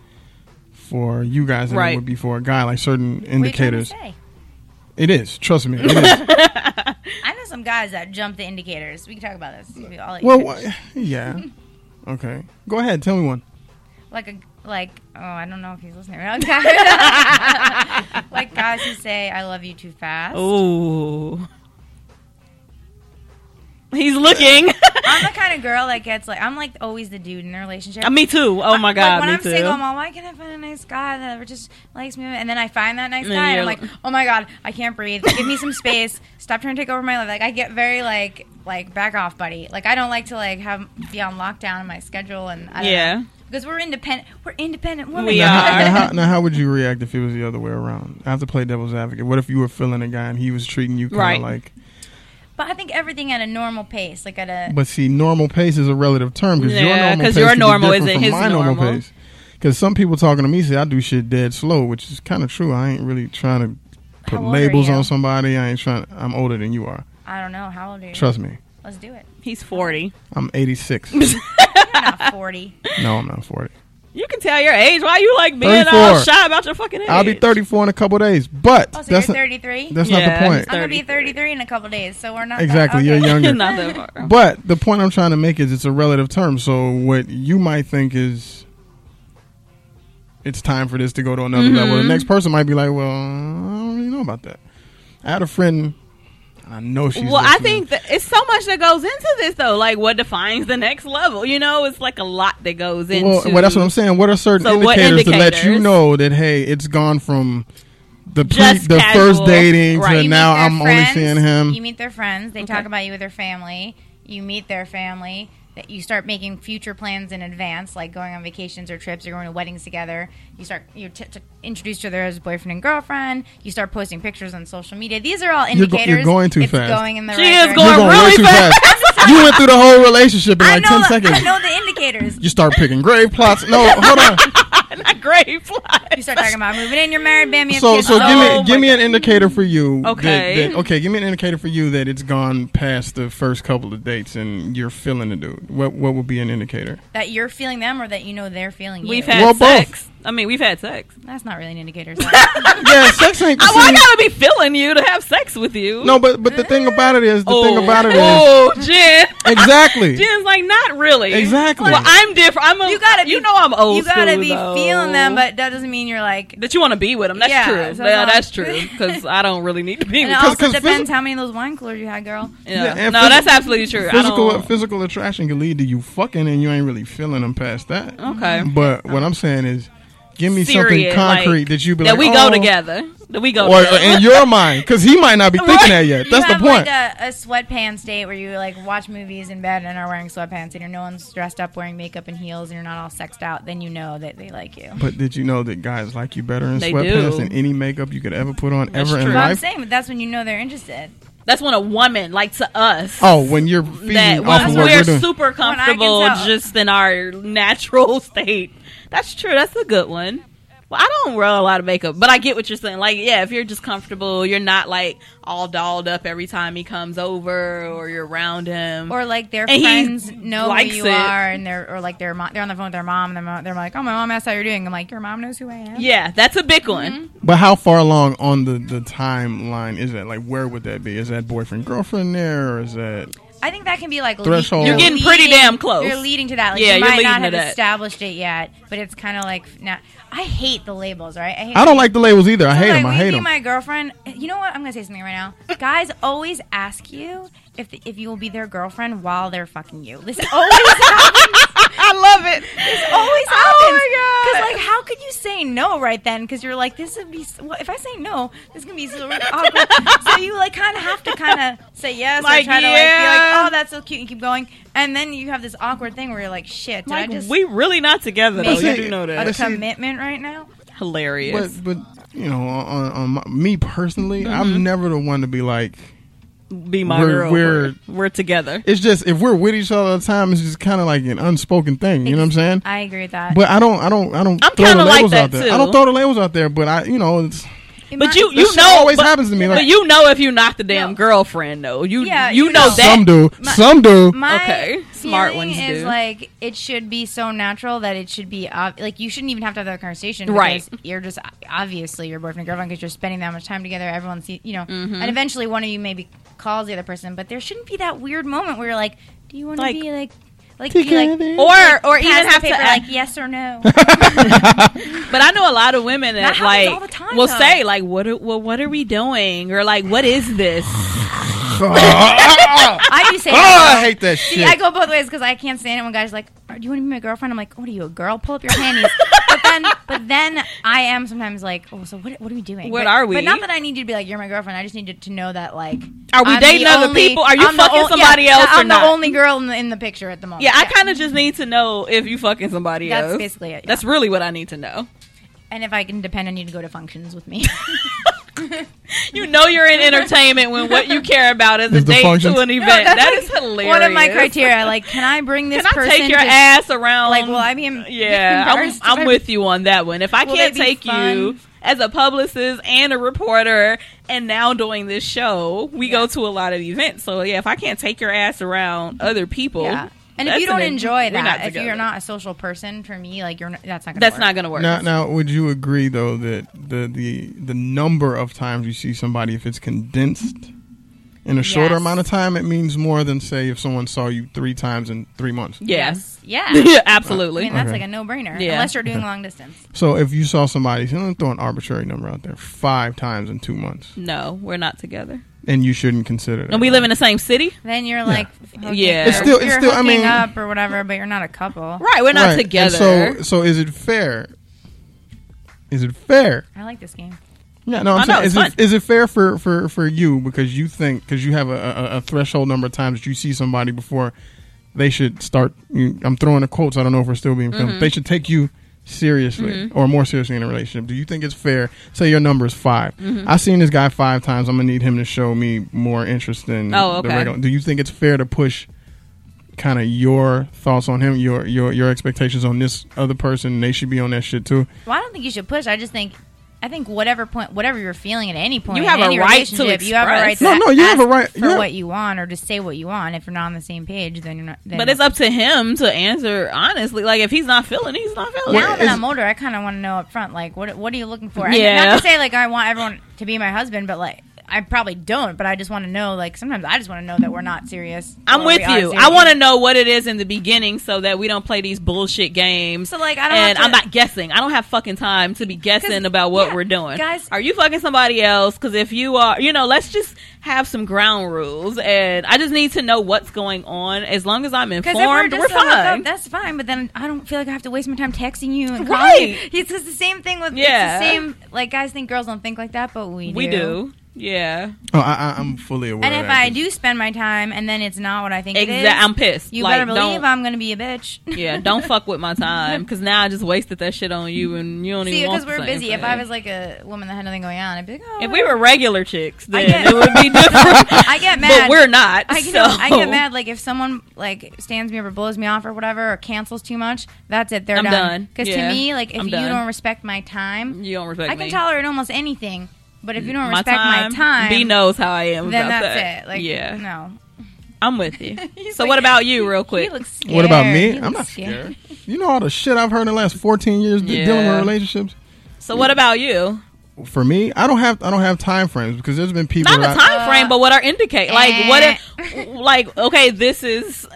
Speaker 4: for you guys than
Speaker 2: Right.
Speaker 4: it would be for a guy. Like certain indicators,
Speaker 3: What are you trying to
Speaker 4: it is. Trust me, it is.
Speaker 3: say? I know some guys that jump the indicators. We can talk about this. We all-
Speaker 4: Well, wha- yeah. Okay. Go ahead. Tell me one.
Speaker 3: like a like. Oh, I don't know if he's listening. right now. like guys who say "I love you" too fast.
Speaker 2: Ooh. He's looking.
Speaker 3: I'm the kind of girl that gets like I'm like always the dude in a relationship.
Speaker 2: me too. Oh my god.
Speaker 3: Like, when
Speaker 2: me
Speaker 3: I'm
Speaker 2: too.
Speaker 3: single, I'm all, why can't I find a nice guy that just likes me? And then I find that nice
Speaker 2: And
Speaker 3: guy, and
Speaker 2: you're
Speaker 3: I'm like,
Speaker 2: like-
Speaker 3: oh my god, I can't breathe. Give me some space. Stop trying to take over my life. Like I get very like like back off, buddy. Like I don't like to like have be on lockdown in my schedule, and I don't
Speaker 2: Yeah.
Speaker 3: know. because we're independent. We're independent women.
Speaker 2: We
Speaker 4: Now, how,
Speaker 2: are.
Speaker 4: now, how, now, how would you react if it was the other way around? I have to play devil's advocate. What if you were feeling a guy and he was treating you kind
Speaker 2: Right.
Speaker 4: of like?
Speaker 3: But I think everything at a normal pace, like at a.
Speaker 4: But see, normal pace is a relative term because your
Speaker 2: Yeah,
Speaker 4: normal
Speaker 2: 'cause
Speaker 4: pace
Speaker 2: your
Speaker 4: could be
Speaker 2: normal
Speaker 4: different
Speaker 2: isn't
Speaker 4: from
Speaker 2: his
Speaker 4: my
Speaker 2: normal.
Speaker 4: normal pace. Because some people talking to me say I do shit dead slow, which is kind of true. I ain't really trying to put
Speaker 3: How old are
Speaker 4: labels
Speaker 3: you?
Speaker 4: on somebody. I ain't trying. I'm older than you are.
Speaker 3: I don't know how old are you?
Speaker 4: Trust me.
Speaker 3: Let's do it.
Speaker 2: He's 40.
Speaker 4: I'm 86.
Speaker 3: You're not forty.
Speaker 4: no, I'm not 40.
Speaker 2: You can tell your age. Why you like being all
Speaker 4: 34.
Speaker 2: shy about your fucking age?
Speaker 4: I'll be 34 in a couple of days, but
Speaker 3: Oh, so
Speaker 4: that's
Speaker 3: you're
Speaker 4: not,
Speaker 3: thirty three.
Speaker 4: that's
Speaker 2: Yeah,
Speaker 4: not the point.
Speaker 3: I'm gonna be
Speaker 2: 33.
Speaker 3: thirty three in a couple days, so we're not that-
Speaker 4: Exactly,
Speaker 3: okay.
Speaker 4: you're younger.
Speaker 2: Not that far.
Speaker 4: But the point I'm trying to make is it's a relative term. So what you might think is it's time for this to go to
Speaker 2: Mm-hmm.
Speaker 4: another level. The next person might be like, "Well, I don't really know about that." I had a friend. I know she's.
Speaker 2: well, I think that it's so much that goes into this, though. Like, what defines the next level? You know, it's like a lot that goes into.
Speaker 4: Well, well, that's what I'm saying. What are certain
Speaker 2: So what
Speaker 4: indicators, to let you
Speaker 2: indicators?
Speaker 4: know that hey, it's gone from the pre,
Speaker 2: Just
Speaker 4: the
Speaker 2: casual.
Speaker 4: first dating
Speaker 2: Right. You
Speaker 4: to
Speaker 2: meet
Speaker 3: meet
Speaker 4: now
Speaker 3: their
Speaker 4: I'm
Speaker 3: friends,
Speaker 4: only seeing him.
Speaker 3: You meet their friends. They
Speaker 2: Okay.
Speaker 3: talk about you with their family. You meet their family. That you start making future plans in advance, like going on vacations or trips or going to weddings together. You start you're t- t- introduced to their as boyfriend and girlfriend. You start posting pictures on social media. These are all
Speaker 4: You're go-
Speaker 3: indicators.
Speaker 4: you're going too
Speaker 3: it's
Speaker 4: fast.
Speaker 3: going in the
Speaker 2: She
Speaker 3: right
Speaker 2: is
Speaker 3: direction.
Speaker 2: going
Speaker 4: You're going
Speaker 2: really
Speaker 4: way too fast. you went through the whole relationship in
Speaker 3: I
Speaker 4: like
Speaker 3: know.
Speaker 4: ten seconds.
Speaker 3: I know the indicators.
Speaker 4: You start picking grave plots. No, hold on.
Speaker 2: not grave life.
Speaker 3: You start talking about moving in, you're married, bam, you have
Speaker 4: So,
Speaker 3: kids.
Speaker 4: so
Speaker 3: Oh,
Speaker 4: give me
Speaker 2: my
Speaker 4: give me an indicator for you. that-
Speaker 2: Okay.
Speaker 4: That, okay, give me an indicator for you that it's gone past the first couple of dates and you're feeling the dude. What what would be an indicator?
Speaker 3: that you're feeling them or that you know they're feeling you.
Speaker 2: We've had
Speaker 4: Well, both.
Speaker 2: sex. I mean, we've had sex.
Speaker 3: That's not really an indicator. is it?
Speaker 4: yeah, sex ain't.
Speaker 2: Oh, I
Speaker 4: see,
Speaker 2: gotta be feeling you to have sex with you.
Speaker 4: no, but but the thing about it is the
Speaker 2: oh.
Speaker 4: thing about it is
Speaker 2: Oh, Jen.
Speaker 4: exactly.
Speaker 2: Jen's like, not really.
Speaker 4: Exactly.
Speaker 2: Well, I'm different. I'm. A,
Speaker 3: You gotta be-
Speaker 2: You know, I'm old.
Speaker 3: you gotta
Speaker 2: school,
Speaker 3: be
Speaker 2: though.
Speaker 3: feeling them, but that doesn't mean you're like.
Speaker 2: that you want to be with them. That's
Speaker 3: Yeah,
Speaker 2: true.
Speaker 3: so
Speaker 2: yeah,
Speaker 3: no.
Speaker 2: that's true. Because I don't really need to be
Speaker 3: And
Speaker 2: with.
Speaker 3: it
Speaker 4: 'Cause-
Speaker 3: also
Speaker 4: 'cause
Speaker 3: depends
Speaker 4: physi-
Speaker 3: how many of those wine coolers you had, girl.
Speaker 2: Yeah.
Speaker 4: Yeah, and
Speaker 2: no,
Speaker 4: physi-
Speaker 2: that's absolutely true. I
Speaker 4: Physical
Speaker 2: don't,
Speaker 4: physical attraction can lead to you fucking and you ain't really feeling them past that.
Speaker 2: Okay.
Speaker 4: But what I'm saying is, give me
Speaker 2: Serious,
Speaker 4: something concrete
Speaker 2: like,
Speaker 4: that you be
Speaker 2: that
Speaker 4: like,
Speaker 2: we
Speaker 4: oh,
Speaker 2: go together. That we go
Speaker 4: or, or
Speaker 2: together.
Speaker 4: in your mind, because he might not be thinking that yet.
Speaker 3: You
Speaker 4: That's the
Speaker 3: have, Like
Speaker 4: point.
Speaker 3: a, a sweatpants date where you like watch movies in bed and are wearing sweatpants, and you're no one's dressed up wearing makeup and heels, and you're not all sexed out. Then you know that they like you.
Speaker 4: But did you know that guys like you better in
Speaker 2: They
Speaker 4: sweatpants
Speaker 2: do.
Speaker 4: than any makeup you could ever put on
Speaker 2: That's
Speaker 4: ever in
Speaker 2: true.
Speaker 3: But I'm
Speaker 4: life?
Speaker 3: saying, but that's when you know they're interested.
Speaker 2: that's when a woman, like to us,
Speaker 4: Oh, when you're feeding
Speaker 2: that
Speaker 4: off
Speaker 2: once
Speaker 4: of what we're
Speaker 2: we're
Speaker 4: doing.
Speaker 2: super
Speaker 3: I can
Speaker 2: comfortable
Speaker 3: tell.
Speaker 2: just in our natural state. That's true. That's a good one. Well, I don't wear a lot of makeup, but I get what you're saying. Like, yeah, if you're just comfortable, you're not like all dolled up every time he comes over or you're around him.
Speaker 3: or like their
Speaker 2: And he
Speaker 3: friends know who
Speaker 2: likes
Speaker 3: you
Speaker 2: it.
Speaker 3: are, and they're or like their mom, they're on the phone with their mom, and their mom, they're like, "Oh, my mom asked how you're doing." I'm like, "Your mom knows who I am."
Speaker 2: yeah, that's a big one.
Speaker 3: Mm-hmm.
Speaker 4: But how far along on the, the timeline is that? Like, where would that be? Is that boyfriend, girlfriend there? Or is that.
Speaker 3: I think that can be like lead-
Speaker 4: Threshold.
Speaker 2: You're getting pretty damn close.
Speaker 3: You're leading to that. Like,
Speaker 2: Yeah,
Speaker 3: you
Speaker 2: you're
Speaker 3: might
Speaker 2: leading
Speaker 3: not
Speaker 2: to
Speaker 3: have
Speaker 2: that.
Speaker 3: established it yet, but it's kind of like now. I hate the labels, right? hate
Speaker 4: I don't like the labels either. I hate
Speaker 3: like,
Speaker 4: them. I
Speaker 3: we
Speaker 4: hate
Speaker 3: be
Speaker 4: them.
Speaker 3: My girlfriend. You know what? I'm gonna say something right now. Guys always ask you if if you will be their girlfriend while they're fucking you. This always
Speaker 2: I love it.
Speaker 3: always happens.
Speaker 2: Oh my God.
Speaker 3: Because like, how could you say no right then? Because you're like, this would be. s- Well, if I say no, this is gonna be so awkward. so you like kind of have to kind of say yes
Speaker 2: Like,
Speaker 3: or try to like be
Speaker 2: yeah.
Speaker 3: like, oh, that's so cute, and keep going. And then you have this awkward thing where you're like, shit, did
Speaker 2: Like,
Speaker 3: I just
Speaker 2: we really not together, though.
Speaker 3: But
Speaker 2: You
Speaker 3: see-
Speaker 2: do know
Speaker 3: a
Speaker 2: that.
Speaker 4: see-
Speaker 3: commitment right now?
Speaker 2: Hilarious.
Speaker 4: But, but, you know, on, on my, me personally,
Speaker 2: Mm-hmm.
Speaker 4: I'm never the one to be like.
Speaker 2: Be my
Speaker 4: we're-
Speaker 2: girl.
Speaker 4: we're-
Speaker 2: We're, we're together.
Speaker 4: It's just, if we're with each other all the time, it's just kind of like an unspoken thing. You know what I'm saying?
Speaker 3: I agree with that.
Speaker 4: But I don't, I don't, I don't
Speaker 2: I'm
Speaker 4: throw
Speaker 2: kinda
Speaker 4: the
Speaker 2: like
Speaker 4: labels
Speaker 2: that,
Speaker 4: out there.
Speaker 2: too.
Speaker 4: I don't throw the labels out there, but I, you know, it's,
Speaker 2: But
Speaker 3: It might-
Speaker 2: you,
Speaker 4: That
Speaker 2: you
Speaker 4: shit
Speaker 2: know,
Speaker 4: always
Speaker 2: but,
Speaker 4: happens to me, like-
Speaker 2: but you know if you're not the damn
Speaker 3: No.
Speaker 2: girlfriend, though. You
Speaker 3: Yeah,
Speaker 2: you,
Speaker 3: you
Speaker 2: know,
Speaker 3: know.
Speaker 2: Oh, that.
Speaker 4: some do,
Speaker 3: my-
Speaker 4: some do.
Speaker 3: My
Speaker 2: Okay, smart
Speaker 3: feeling
Speaker 2: ones
Speaker 3: is
Speaker 2: do.
Speaker 3: like it should be so natural that it should be ob- like you shouldn't even have to have that conversation,
Speaker 2: Right.
Speaker 3: because You're just obviously your boyfriend and girlfriend because you're spending that much time together. Everyone see, you know,
Speaker 2: Mm-hmm.
Speaker 3: and eventually one of you maybe calls the other person, but there shouldn't be that weird moment where you're like, "Do you want
Speaker 2: Like,
Speaker 3: to be like, like, be like,
Speaker 4: Together.
Speaker 2: or or even
Speaker 3: pass the
Speaker 2: have to
Speaker 3: paper,
Speaker 2: act.
Speaker 3: like yes or no?"
Speaker 2: But I know a lot of women that,
Speaker 3: happens
Speaker 2: like
Speaker 3: all the time,
Speaker 2: will
Speaker 3: though.
Speaker 2: say like, "What? Are, well, what are we doing?" Or like, "What is this?"
Speaker 3: I do say,
Speaker 4: Oh,
Speaker 3: that.
Speaker 4: I hate that
Speaker 3: See,
Speaker 4: shit.
Speaker 3: I go both ways because I can't stand it when guys are like, "Are- "Do you want to be my girlfriend?" I'm like, "What are you, a girl? Pull up your panties." but then, but then I am sometimes like, "Oh, so what? What are we doing?
Speaker 2: What
Speaker 3: But-
Speaker 2: are we?
Speaker 3: But not that I need you to be like, "You're my girlfriend." I just need to, to know that like,
Speaker 2: Are we
Speaker 3: I'm
Speaker 2: dating
Speaker 3: the
Speaker 2: other
Speaker 3: only-
Speaker 2: people? Are you
Speaker 3: I'm the
Speaker 2: fucking
Speaker 3: on-
Speaker 2: somebody
Speaker 3: yeah,
Speaker 2: else
Speaker 3: I'm
Speaker 2: or not?
Speaker 3: the only girl in the, in the picture at the moment.
Speaker 2: Yeah, I kind of just need to know if you fucking somebody
Speaker 3: That's
Speaker 2: else.
Speaker 3: basically it, yeah.
Speaker 2: That's really what I need to know.
Speaker 3: and if I can depend on you to go to functions with me,
Speaker 2: You know, you're in entertainment when what you care about is a
Speaker 4: Is the
Speaker 2: date
Speaker 4: functions?
Speaker 2: to an
Speaker 3: No,
Speaker 2: event.
Speaker 3: that's
Speaker 2: that
Speaker 3: like
Speaker 2: is hilarious.
Speaker 3: One of my criteria, like, can I bring this
Speaker 2: Can I
Speaker 3: person?
Speaker 2: take your
Speaker 3: to-
Speaker 2: ass around?
Speaker 3: Like, will I be? em-
Speaker 2: Yeah, I'm,
Speaker 3: embarrassed if
Speaker 2: I'm
Speaker 3: I-
Speaker 2: with you on that one. If I
Speaker 3: Will
Speaker 2: can't
Speaker 3: they be
Speaker 2: take you
Speaker 3: fun?
Speaker 2: as a publicist and a reporter, and now doing this show, we go to a lot of events. So yeah, if I can't take your ass around other people,
Speaker 3: Yeah. And if
Speaker 2: that's
Speaker 3: you don't
Speaker 2: an-
Speaker 3: enjoy
Speaker 2: we're
Speaker 3: that,
Speaker 2: not
Speaker 3: if
Speaker 2: together.
Speaker 3: you're not a social person, for me, like you're, not, that's not. Gonna
Speaker 2: that's
Speaker 3: work.
Speaker 2: not gonna work.
Speaker 4: Now, now, would you agree though that the the the number of times you see somebody, if it's condensed in a shorter
Speaker 3: Yes.
Speaker 4: amount of time, it means more than say if someone saw you three times in three months.
Speaker 2: yes,
Speaker 3: Yeah.
Speaker 2: yeah,
Speaker 3: I
Speaker 2: absolutely.
Speaker 3: mean, that's
Speaker 4: Okay.
Speaker 3: like a no brainer.
Speaker 2: Yeah.
Speaker 3: Unless you're doing long distance.
Speaker 4: So if you saw somebody, so I'm throw an arbitrary number out there, five times in two months,
Speaker 2: no, we're not together,
Speaker 4: and you shouldn't consider that.
Speaker 2: and we live in the same city.
Speaker 3: Then you're like, hooking-
Speaker 2: Yeah.
Speaker 4: It's still- it's
Speaker 3: you're
Speaker 4: still- I
Speaker 3: hooking
Speaker 4: mean-
Speaker 3: up or whatever, but you're not a couple.
Speaker 2: Right, we're not
Speaker 4: Right. And
Speaker 2: together.
Speaker 4: so, so is it fair? Is it fair?
Speaker 3: I like this game.
Speaker 4: Yeah, no,
Speaker 2: I
Speaker 4: I'm
Speaker 2: know,
Speaker 4: saying,
Speaker 2: it's
Speaker 4: is
Speaker 2: fun.
Speaker 4: it, is it fair for, for, for you because you think because you have a, a, a threshold number of times you see somebody before they should start. You, I'm throwing the quotes. I don't know if we're still being
Speaker 2: Mm-hmm.
Speaker 4: filmed. They should take you seriously or more seriously in a relationship. Do you think it's fair? Say your number is 5
Speaker 2: Mm-hmm.
Speaker 4: I've seen this guy five times. I'm gonna need him to show me more interest than
Speaker 2: Oh, okay.
Speaker 4: the regular. Do you think it's fair to push kind of your thoughts on him, your your your expectations on this other person. and They should be on that shit too.
Speaker 3: Well, I don't think you should push. I just think, I think whatever point, whatever you're feeling at any point,
Speaker 2: You have
Speaker 3: in
Speaker 2: a
Speaker 3: any
Speaker 2: right to
Speaker 3: relationship, you have a right. To
Speaker 2: express.
Speaker 4: No, no, you have a
Speaker 3: ask
Speaker 4: right-
Speaker 3: for
Speaker 4: you have-
Speaker 3: what you want, or to say what you want. If you're not on the same page, then you're not. Then
Speaker 2: But it's up to him to answer honestly. Like if he's not feeling, it, he's not feeling.
Speaker 3: now
Speaker 2: it.
Speaker 3: that I'm older, I kind of want to know up front, like what what are you looking for?
Speaker 2: Yeah.
Speaker 3: I, not to say like I want everyone to be my husband, but like I probably don't. But I just want to know. Like sometimes I just want to know that we're not serious.
Speaker 2: I'm
Speaker 3: or
Speaker 2: with
Speaker 3: we are
Speaker 2: you. I
Speaker 3: serious.
Speaker 2: want to know what it is in the beginning so that we don't play these bullshit games.
Speaker 3: So, like, I don't
Speaker 2: and
Speaker 3: have to-
Speaker 2: I'm not guessing. I don't have fucking time to be
Speaker 3: 'Cause,
Speaker 2: guessing about what
Speaker 3: yeah,
Speaker 2: we're doing.
Speaker 3: guys-
Speaker 2: are you fucking somebody else? Because if you are, you know, let's just have some ground rules. And I just need to know what's going on. As long as I'm
Speaker 3: Because if we're
Speaker 2: informed,
Speaker 3: just
Speaker 2: we're
Speaker 3: to hook up,
Speaker 2: fine.
Speaker 3: that's fine. But then I don't feel like I have to waste my time texting you and
Speaker 2: Right.
Speaker 3: calling. you. It's just the same thing with
Speaker 2: Yeah.
Speaker 3: it's the same. Like guys think girls don't think like that, but we
Speaker 2: we do. Yeah.
Speaker 4: Oh, I, I, I'm fully aware.
Speaker 3: And
Speaker 4: of
Speaker 3: if
Speaker 4: that.
Speaker 3: I do spend my time and then it's not what I think it is,
Speaker 2: Exactly. I'm pissed.
Speaker 3: you
Speaker 2: like,
Speaker 3: better believe
Speaker 2: don't-
Speaker 3: I'm going to be a bitch.
Speaker 2: yeah, don't fuck with my time because now I just wasted that shit on you and you don't
Speaker 3: See,
Speaker 2: even want
Speaker 3: because
Speaker 2: the
Speaker 3: we're
Speaker 2: same
Speaker 3: busy. If
Speaker 2: thing.
Speaker 3: I was like a woman that had nothing going on, I'd be like, oh.
Speaker 2: if we
Speaker 3: whatever.
Speaker 2: were regular chicks, then
Speaker 3: get-
Speaker 2: it would be different.
Speaker 3: I get mad.
Speaker 2: But we're not.
Speaker 3: I get,
Speaker 2: so.
Speaker 3: I get mad like if someone like stands me up or blows me off or whatever or cancels too much. That's it. They're
Speaker 2: I'm done.
Speaker 3: Because
Speaker 2: Yeah.
Speaker 3: to me, like if
Speaker 2: I'm
Speaker 3: you
Speaker 2: done.
Speaker 3: don't respect my time,
Speaker 2: You don't respect
Speaker 3: I can
Speaker 2: me.
Speaker 3: tolerate almost anything. But if you don't respect my time,
Speaker 2: B knows how I am.
Speaker 3: then
Speaker 2: about
Speaker 3: that's
Speaker 2: that.
Speaker 3: it. Like,
Speaker 2: yeah,
Speaker 3: no.
Speaker 2: I'm with you.
Speaker 3: He's
Speaker 2: so
Speaker 3: like-
Speaker 2: what about you, real quick?
Speaker 3: He looks scared.
Speaker 4: What about me?
Speaker 3: He
Speaker 4: I'm
Speaker 3: looks
Speaker 4: not scared. You know all the shit I've heard in the last 14 years de- dealing
Speaker 2: Yeah.
Speaker 4: with relationships.
Speaker 2: so what about you?
Speaker 4: For me, I don't have I don't have time frames because there's been people.
Speaker 2: Not a
Speaker 4: that I-
Speaker 2: time frame, but what are indicate? Like what?
Speaker 3: Uh, eh.
Speaker 2: If, like okay, this is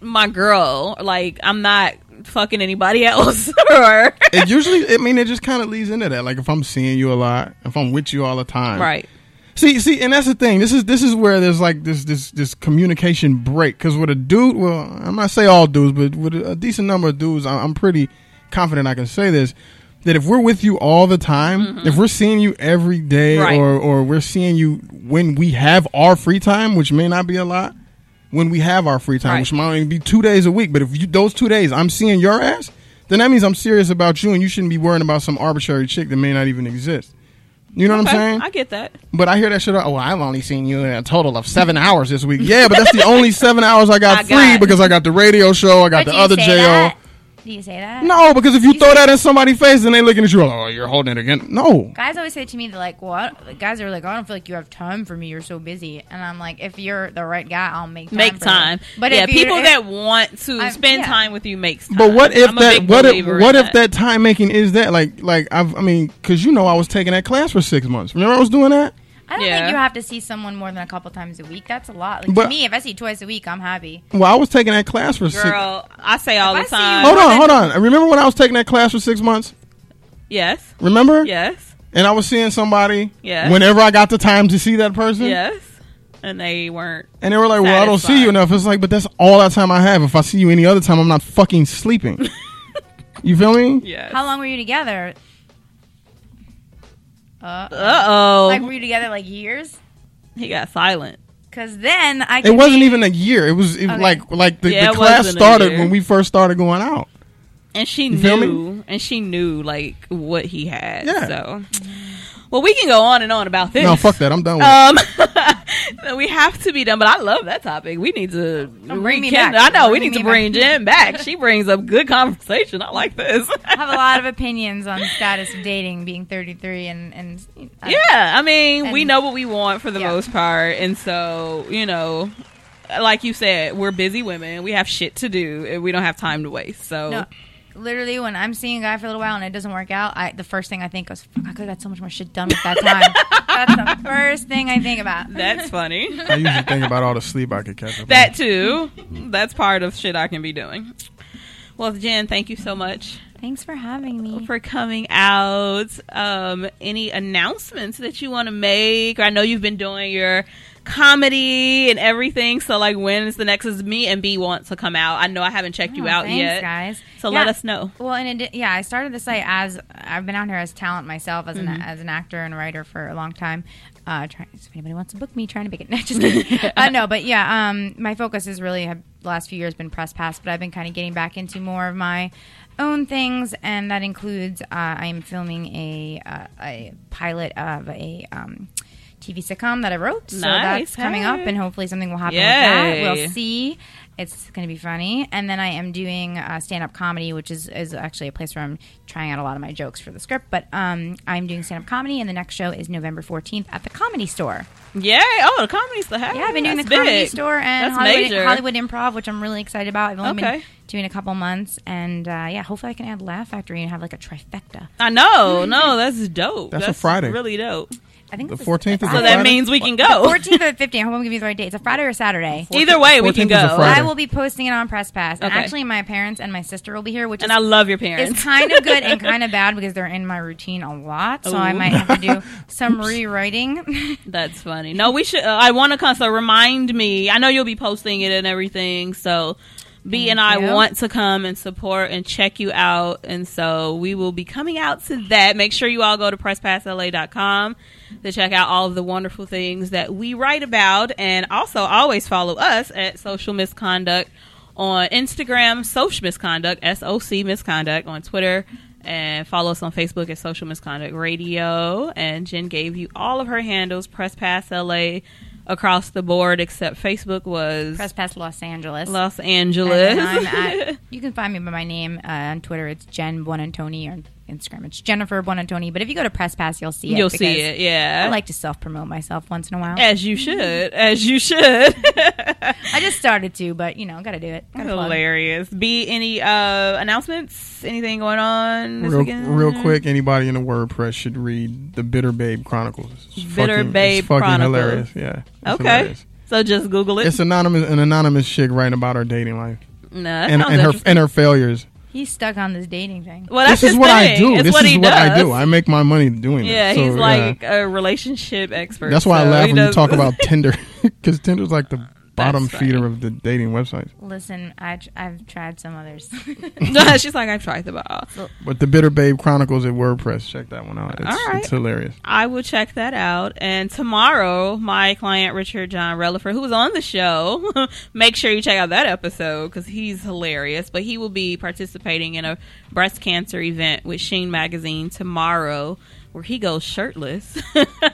Speaker 2: my girl. Like I'm not fucking anybody else. or
Speaker 4: it usually i mean it just kind of leads into that like if i'm seeing you a lot if i'm with you all the time
Speaker 2: right.
Speaker 4: see see and that's the thing this is this is where there's like this this this communication break because with a dude well i'm not say all dudes but with a decent number of dudes I- i'm pretty confident i can say this that if we're with you all the time if we're seeing you every day
Speaker 2: Mm-hmm. Right.
Speaker 4: or or we're seeing you when we have our free time which may not be a lot when we have our free time,
Speaker 2: Right.
Speaker 4: which might only be two days a week. But if you those two days I'm seeing your ass, then that means I'm serious about you, and you shouldn't be worrying about some arbitrary chick that may not even exist. You know what
Speaker 2: Okay,
Speaker 4: I'm saying?
Speaker 2: I get that.
Speaker 4: but I hear that shit. Oh, well, I've only seen you in a total of seven hours this week. Yeah, but that's the only seven hours I got
Speaker 2: I
Speaker 4: free
Speaker 2: got-
Speaker 4: because I got the radio show, I got
Speaker 3: But do
Speaker 4: the
Speaker 3: you
Speaker 4: other
Speaker 3: say
Speaker 4: JO.
Speaker 3: that? Do you say that?
Speaker 4: No, because if you,
Speaker 3: You
Speaker 4: throw
Speaker 3: say-
Speaker 4: that in somebody's face, then they looking at you. Oh, you're holding it again. No,
Speaker 3: Guys always say to me, they're like, "What?" Like, guys are like, "I don't feel like you have time for me. You're so busy." And I'm like, "If you're the right guy, I'll make time
Speaker 2: Make
Speaker 3: for
Speaker 2: time, but
Speaker 3: you." But
Speaker 2: yeah,
Speaker 3: if you're-
Speaker 2: people
Speaker 3: if-
Speaker 2: that want to
Speaker 3: I'm-
Speaker 2: spend
Speaker 3: yeah.
Speaker 2: time with you makes time.
Speaker 4: But what if
Speaker 2: I'm a
Speaker 4: that?
Speaker 2: big
Speaker 4: What if?
Speaker 2: believer in
Speaker 4: What if that time making is that? Like, like I've, I mean, because you know, I was taking that class for six months. Remember, I was doing that.
Speaker 3: I don't
Speaker 2: Yeah.
Speaker 3: think you have to see someone more than a couple times a week. That's a lot. Like
Speaker 4: But-
Speaker 3: to me, if I see you twice a week, I'm happy.
Speaker 4: Well, I was taking that class for six.
Speaker 2: Girl, I say all
Speaker 3: If
Speaker 2: the
Speaker 3: I see
Speaker 2: time.
Speaker 3: you-
Speaker 4: Hold on,
Speaker 3: than-
Speaker 4: hold on. Remember when I was taking that class for six months?
Speaker 2: Yes,
Speaker 4: Remember?
Speaker 2: yes,
Speaker 4: And I was seeing somebody.
Speaker 2: Yeah.
Speaker 4: Whenever I got the time to see that person.
Speaker 2: yes. And they weren't.
Speaker 4: And they were like, "Well, I don't see
Speaker 2: Satisfied.
Speaker 4: you enough." It's like, but that's all that time I have. If I see you any other time, I'm not fucking sleeping. you feel me?
Speaker 2: Yes.
Speaker 3: How long were you together? Uh,
Speaker 2: Uh oh.
Speaker 3: like were you together like years?
Speaker 2: he got silent.
Speaker 3: Because then I
Speaker 4: It
Speaker 3: could
Speaker 4: wasn't
Speaker 3: be-
Speaker 4: even a year. It was it,
Speaker 3: Okay.
Speaker 4: like like the,
Speaker 2: Yeah,
Speaker 4: the
Speaker 2: it
Speaker 4: class
Speaker 2: wasn't a
Speaker 4: started
Speaker 2: year.
Speaker 4: when we first started going out.
Speaker 2: And she
Speaker 4: feel me?
Speaker 2: knew. And she knew, like, what he had.
Speaker 4: Yeah.
Speaker 2: So. Well, we can go on and on about this.
Speaker 4: No, fuck that. I'm done with it.
Speaker 2: Um, we have to be done, but I love that topic. We need to
Speaker 3: bring me
Speaker 2: rekindle- I
Speaker 3: back.
Speaker 2: know we
Speaker 3: Bring
Speaker 2: need to
Speaker 3: me
Speaker 2: bring
Speaker 3: back.
Speaker 2: Jen back. She brings up good conversation. I like this.
Speaker 4: e-
Speaker 3: I have a lot of opinions on status of dating, being 33, and and uh,
Speaker 2: Yeah, I mean, we
Speaker 3: And-
Speaker 2: know what we want for the
Speaker 3: Yeah.
Speaker 2: most part, and so you know, like you said, we're busy women. We have shit to do, and we don't have time to waste. So
Speaker 3: No,
Speaker 2: Oh.
Speaker 3: literally, when I'm seeing a guy for a little while and it doesn't work out, I the first thing I think is, "Fuck, I could have got so much more shit done with that time." That's the first thing I think about.
Speaker 2: that's funny.
Speaker 4: I usually think about all the sleep I could catch up.
Speaker 2: that too. That's part of shit I can be doing. Well, Jen, thank you so much
Speaker 3: Thanks for having me.
Speaker 2: Mm-hmm. for coming out. Um, any announcements that you want to make? I know you've been doing your comedy and everything. So, like, when is the next? Is me and B want to come out? I know I haven't checked you
Speaker 3: Oh,
Speaker 2: out
Speaker 3: thanks,
Speaker 2: yet.
Speaker 3: guys.
Speaker 2: So
Speaker 3: Yeah.
Speaker 2: let us know.
Speaker 3: Well, and it, yeah, I started the site as I've been out here as talent myself, as an as an actor and writer for a long time. Uh, trying, if anybody wants to book me, trying to make it. No, just kidding. uh, no, but yeah, um, my focus is really have, the last few years been press pass, but I've been kind of getting back into more of my own things, and that includes uh, I am filming a uh, a pilot of a. Um, TV sitcom that I wrote, so
Speaker 2: Nice.
Speaker 3: that's coming up,
Speaker 2: Hey.
Speaker 3: and hopefully something will happen with
Speaker 2: Yay.
Speaker 3: that. We'll see. It's going to be funny. And then I am doing uh, stand up comedy, which is, is actually a place where I'm trying out a lot of my jokes for the script. But um, I'm doing stand up comedy, and the next show is November 14th at the Comedy Store.
Speaker 2: Yay! Oh, the comedy store. Hey,
Speaker 3: Yeah, I've been doing the
Speaker 2: that's
Speaker 3: Comedy
Speaker 2: big.
Speaker 3: Store and
Speaker 2: That's
Speaker 3: Hollywood,
Speaker 2: major.
Speaker 3: Hollywood Improv, which I'm really excited about. I've only
Speaker 2: Okay.
Speaker 3: been doing a couple months, and uh, yeah, hopefully I can add Laugh Factory and have like a trifecta.
Speaker 2: I
Speaker 3: Mm-hmm.
Speaker 2: know. No, that's dope.
Speaker 4: That's a Friday.
Speaker 2: Really dope.
Speaker 3: I think
Speaker 4: The
Speaker 3: this is-
Speaker 4: 14th is
Speaker 2: So
Speaker 4: a
Speaker 2: that
Speaker 4: Friday?
Speaker 2: means we can go.
Speaker 3: 14th or the 15th. I hope I'm giving you the right date. It's a Friday or a Saturday.
Speaker 2: Either way, we
Speaker 4: 14th
Speaker 2: can
Speaker 4: is a
Speaker 2: go.
Speaker 4: Friday.
Speaker 3: I will be posting it on Press Pass. And
Speaker 2: Okay.
Speaker 3: actually, my parents and my sister will be here, which
Speaker 2: And
Speaker 3: is,
Speaker 2: I love your
Speaker 3: is
Speaker 2: parents.
Speaker 3: kind of good and kind of bad because they're in my routine a lot. So I
Speaker 2: Ooh.
Speaker 3: might have to do some rewriting.
Speaker 2: That's funny. No, we should. Uh, I want to come. So remind me. I know you'll be posting it and everything. So B and I
Speaker 3: Thank you.
Speaker 2: want to come and support and check you out. And so we will be coming out to that. Make sure you all go to presspassla.com to check out all of the wonderful things that we write about. And also always follow us at Social Misconduct on Instagram, Social Misconduct, S O C Misconduct on Twitter. And follow us on Facebook at Social Misconduct Radio. And Jen gave you all of her handles, Press Pass LA across the board, except Facebook was
Speaker 3: Press Pass Los Angeles.
Speaker 2: Los
Speaker 3: And
Speaker 2: Angeles.
Speaker 3: then I'm at, you can find me by my name uh, on Twitter. It's Jen Buonantoni or on Instagram. It's Jennifer Buonantoni. But if you go to Press Pass, you'll see it.
Speaker 2: You'll see
Speaker 3: because
Speaker 2: it, yeah. Eh.
Speaker 3: I like Mm-hmm. to self promote myself once in a while.
Speaker 2: as you should, as you should.
Speaker 3: I just started to, but you know, gotta do it. Gotta plug.
Speaker 2: Hilarious. Be any uh announcements? Anything going on this
Speaker 4: Real,
Speaker 2: weekend?
Speaker 4: real quick, anybody in the WordPress should read the Bitter Babe Chronicles. It's
Speaker 2: Bitter
Speaker 4: fucking,
Speaker 2: Babe
Speaker 4: it's fucking
Speaker 2: Chronicles.
Speaker 4: hilarious. Yeah. it's
Speaker 2: Okay.
Speaker 4: hilarious.
Speaker 2: So just Google it.
Speaker 4: It's anonymous, an anonymous chick writing about her dating life
Speaker 2: no, that
Speaker 4: and,
Speaker 2: sounds
Speaker 4: and her
Speaker 2: interesting.
Speaker 4: and her failures.
Speaker 3: He's stuck on this dating thing.
Speaker 2: Well, that's
Speaker 4: this
Speaker 2: his
Speaker 4: is what I
Speaker 2: thing.
Speaker 4: do.
Speaker 2: It's
Speaker 4: this
Speaker 2: what
Speaker 4: is
Speaker 2: he
Speaker 4: what
Speaker 2: does.
Speaker 4: I do. I make my money doing it.
Speaker 2: yeah,
Speaker 4: So,
Speaker 2: he's
Speaker 4: yeah.
Speaker 2: like a relationship expert.
Speaker 4: That's why
Speaker 2: so
Speaker 4: I laugh
Speaker 2: he
Speaker 4: when you
Speaker 2: does Uh,
Speaker 4: talk
Speaker 2: this.
Speaker 4: about Tinder because Tinder's like the bottom
Speaker 2: funny.
Speaker 4: feeder of the dating websites.
Speaker 3: Listen, I, tr- I've tried some others.
Speaker 2: She's like, I've tried them all.
Speaker 4: But the Bitter Babe Chronicles at WordPress. Check that one out. It's,
Speaker 2: All right.
Speaker 4: it's hilarious.
Speaker 2: I will check that out. And tomorrow, my client Richard John Relaford, who was on the show, make sure you check out that episode because he's hilarious. But he will be participating in a breast cancer event with Sheen Magazine tomorrow, where he goes shirtless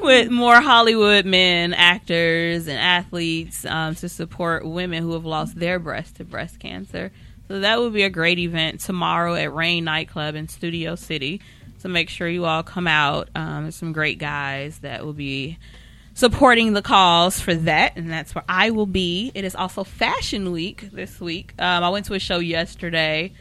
Speaker 2: with more Hollywood men, actors, and athletes um, to support women who have lost their breast to breast cancer. So that will be a great event tomorrow at Rain Nightclub in Studio City. So make sure you all come out. Um, there's some great guys that will be supporting the cause for that, and that's where I will be. It is also Fashion Week this week. Um, I went to a show yesterday,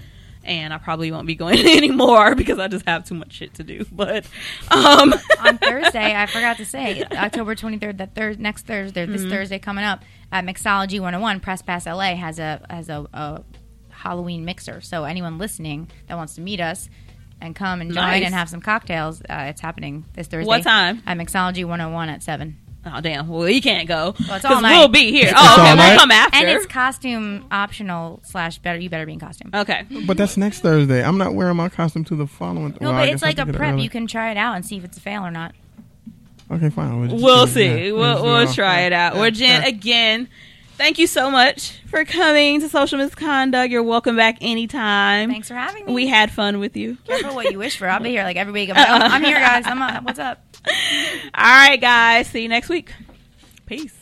Speaker 2: and I probably won't be going anymore because I just have too much shit to do. But um,
Speaker 3: on Thursday, I forgot to say, October 23rd, that thir- next Thursday, this
Speaker 4: Mm-hmm.
Speaker 3: Thursday coming up at Mixology 101, Press Pass LA has a has a, a Halloween mixer. So anyone listening that wants to meet us and come and join
Speaker 2: Nice.
Speaker 3: and have some cocktails, uh, it's happening this Thursday.
Speaker 2: What time?
Speaker 3: At Mixology 101 at 7.
Speaker 2: oh damn, well you can't go
Speaker 3: Well, it's
Speaker 2: because
Speaker 3: all night.
Speaker 2: we'll be here.
Speaker 4: It's
Speaker 2: Oh,
Speaker 4: all
Speaker 2: okay, we'll
Speaker 4: night.
Speaker 2: come after.
Speaker 3: And it's costume optional slash better. You better be in costume.
Speaker 4: Oh.
Speaker 2: okay.
Speaker 4: But that's next Thursday. I'm not wearing my costume to the following.
Speaker 3: no,
Speaker 4: well, I
Speaker 3: but
Speaker 4: guess
Speaker 3: it's
Speaker 4: I
Speaker 3: like a
Speaker 4: have to get it
Speaker 3: prep.
Speaker 4: early.
Speaker 3: You can try it out and see if it's a fail or not.
Speaker 4: Okay, fine. We'll, just
Speaker 2: We'll
Speaker 4: do it.
Speaker 2: see.
Speaker 4: Yeah,
Speaker 2: We'll,
Speaker 4: just do
Speaker 2: we'll
Speaker 4: all.
Speaker 2: try it out.
Speaker 4: Yeah,
Speaker 2: Well, Jen,
Speaker 4: yeah.
Speaker 2: again, thank you so much for coming to Social Misconduct. You're welcome back anytime.
Speaker 3: Thanks for having me.
Speaker 2: We had fun with you.
Speaker 3: Careful what you wish for. I'll be here like every week. I'm, like, oh, I'm here, guys. I'm uh, what's up?
Speaker 2: All right, guys. See you next week. Peace.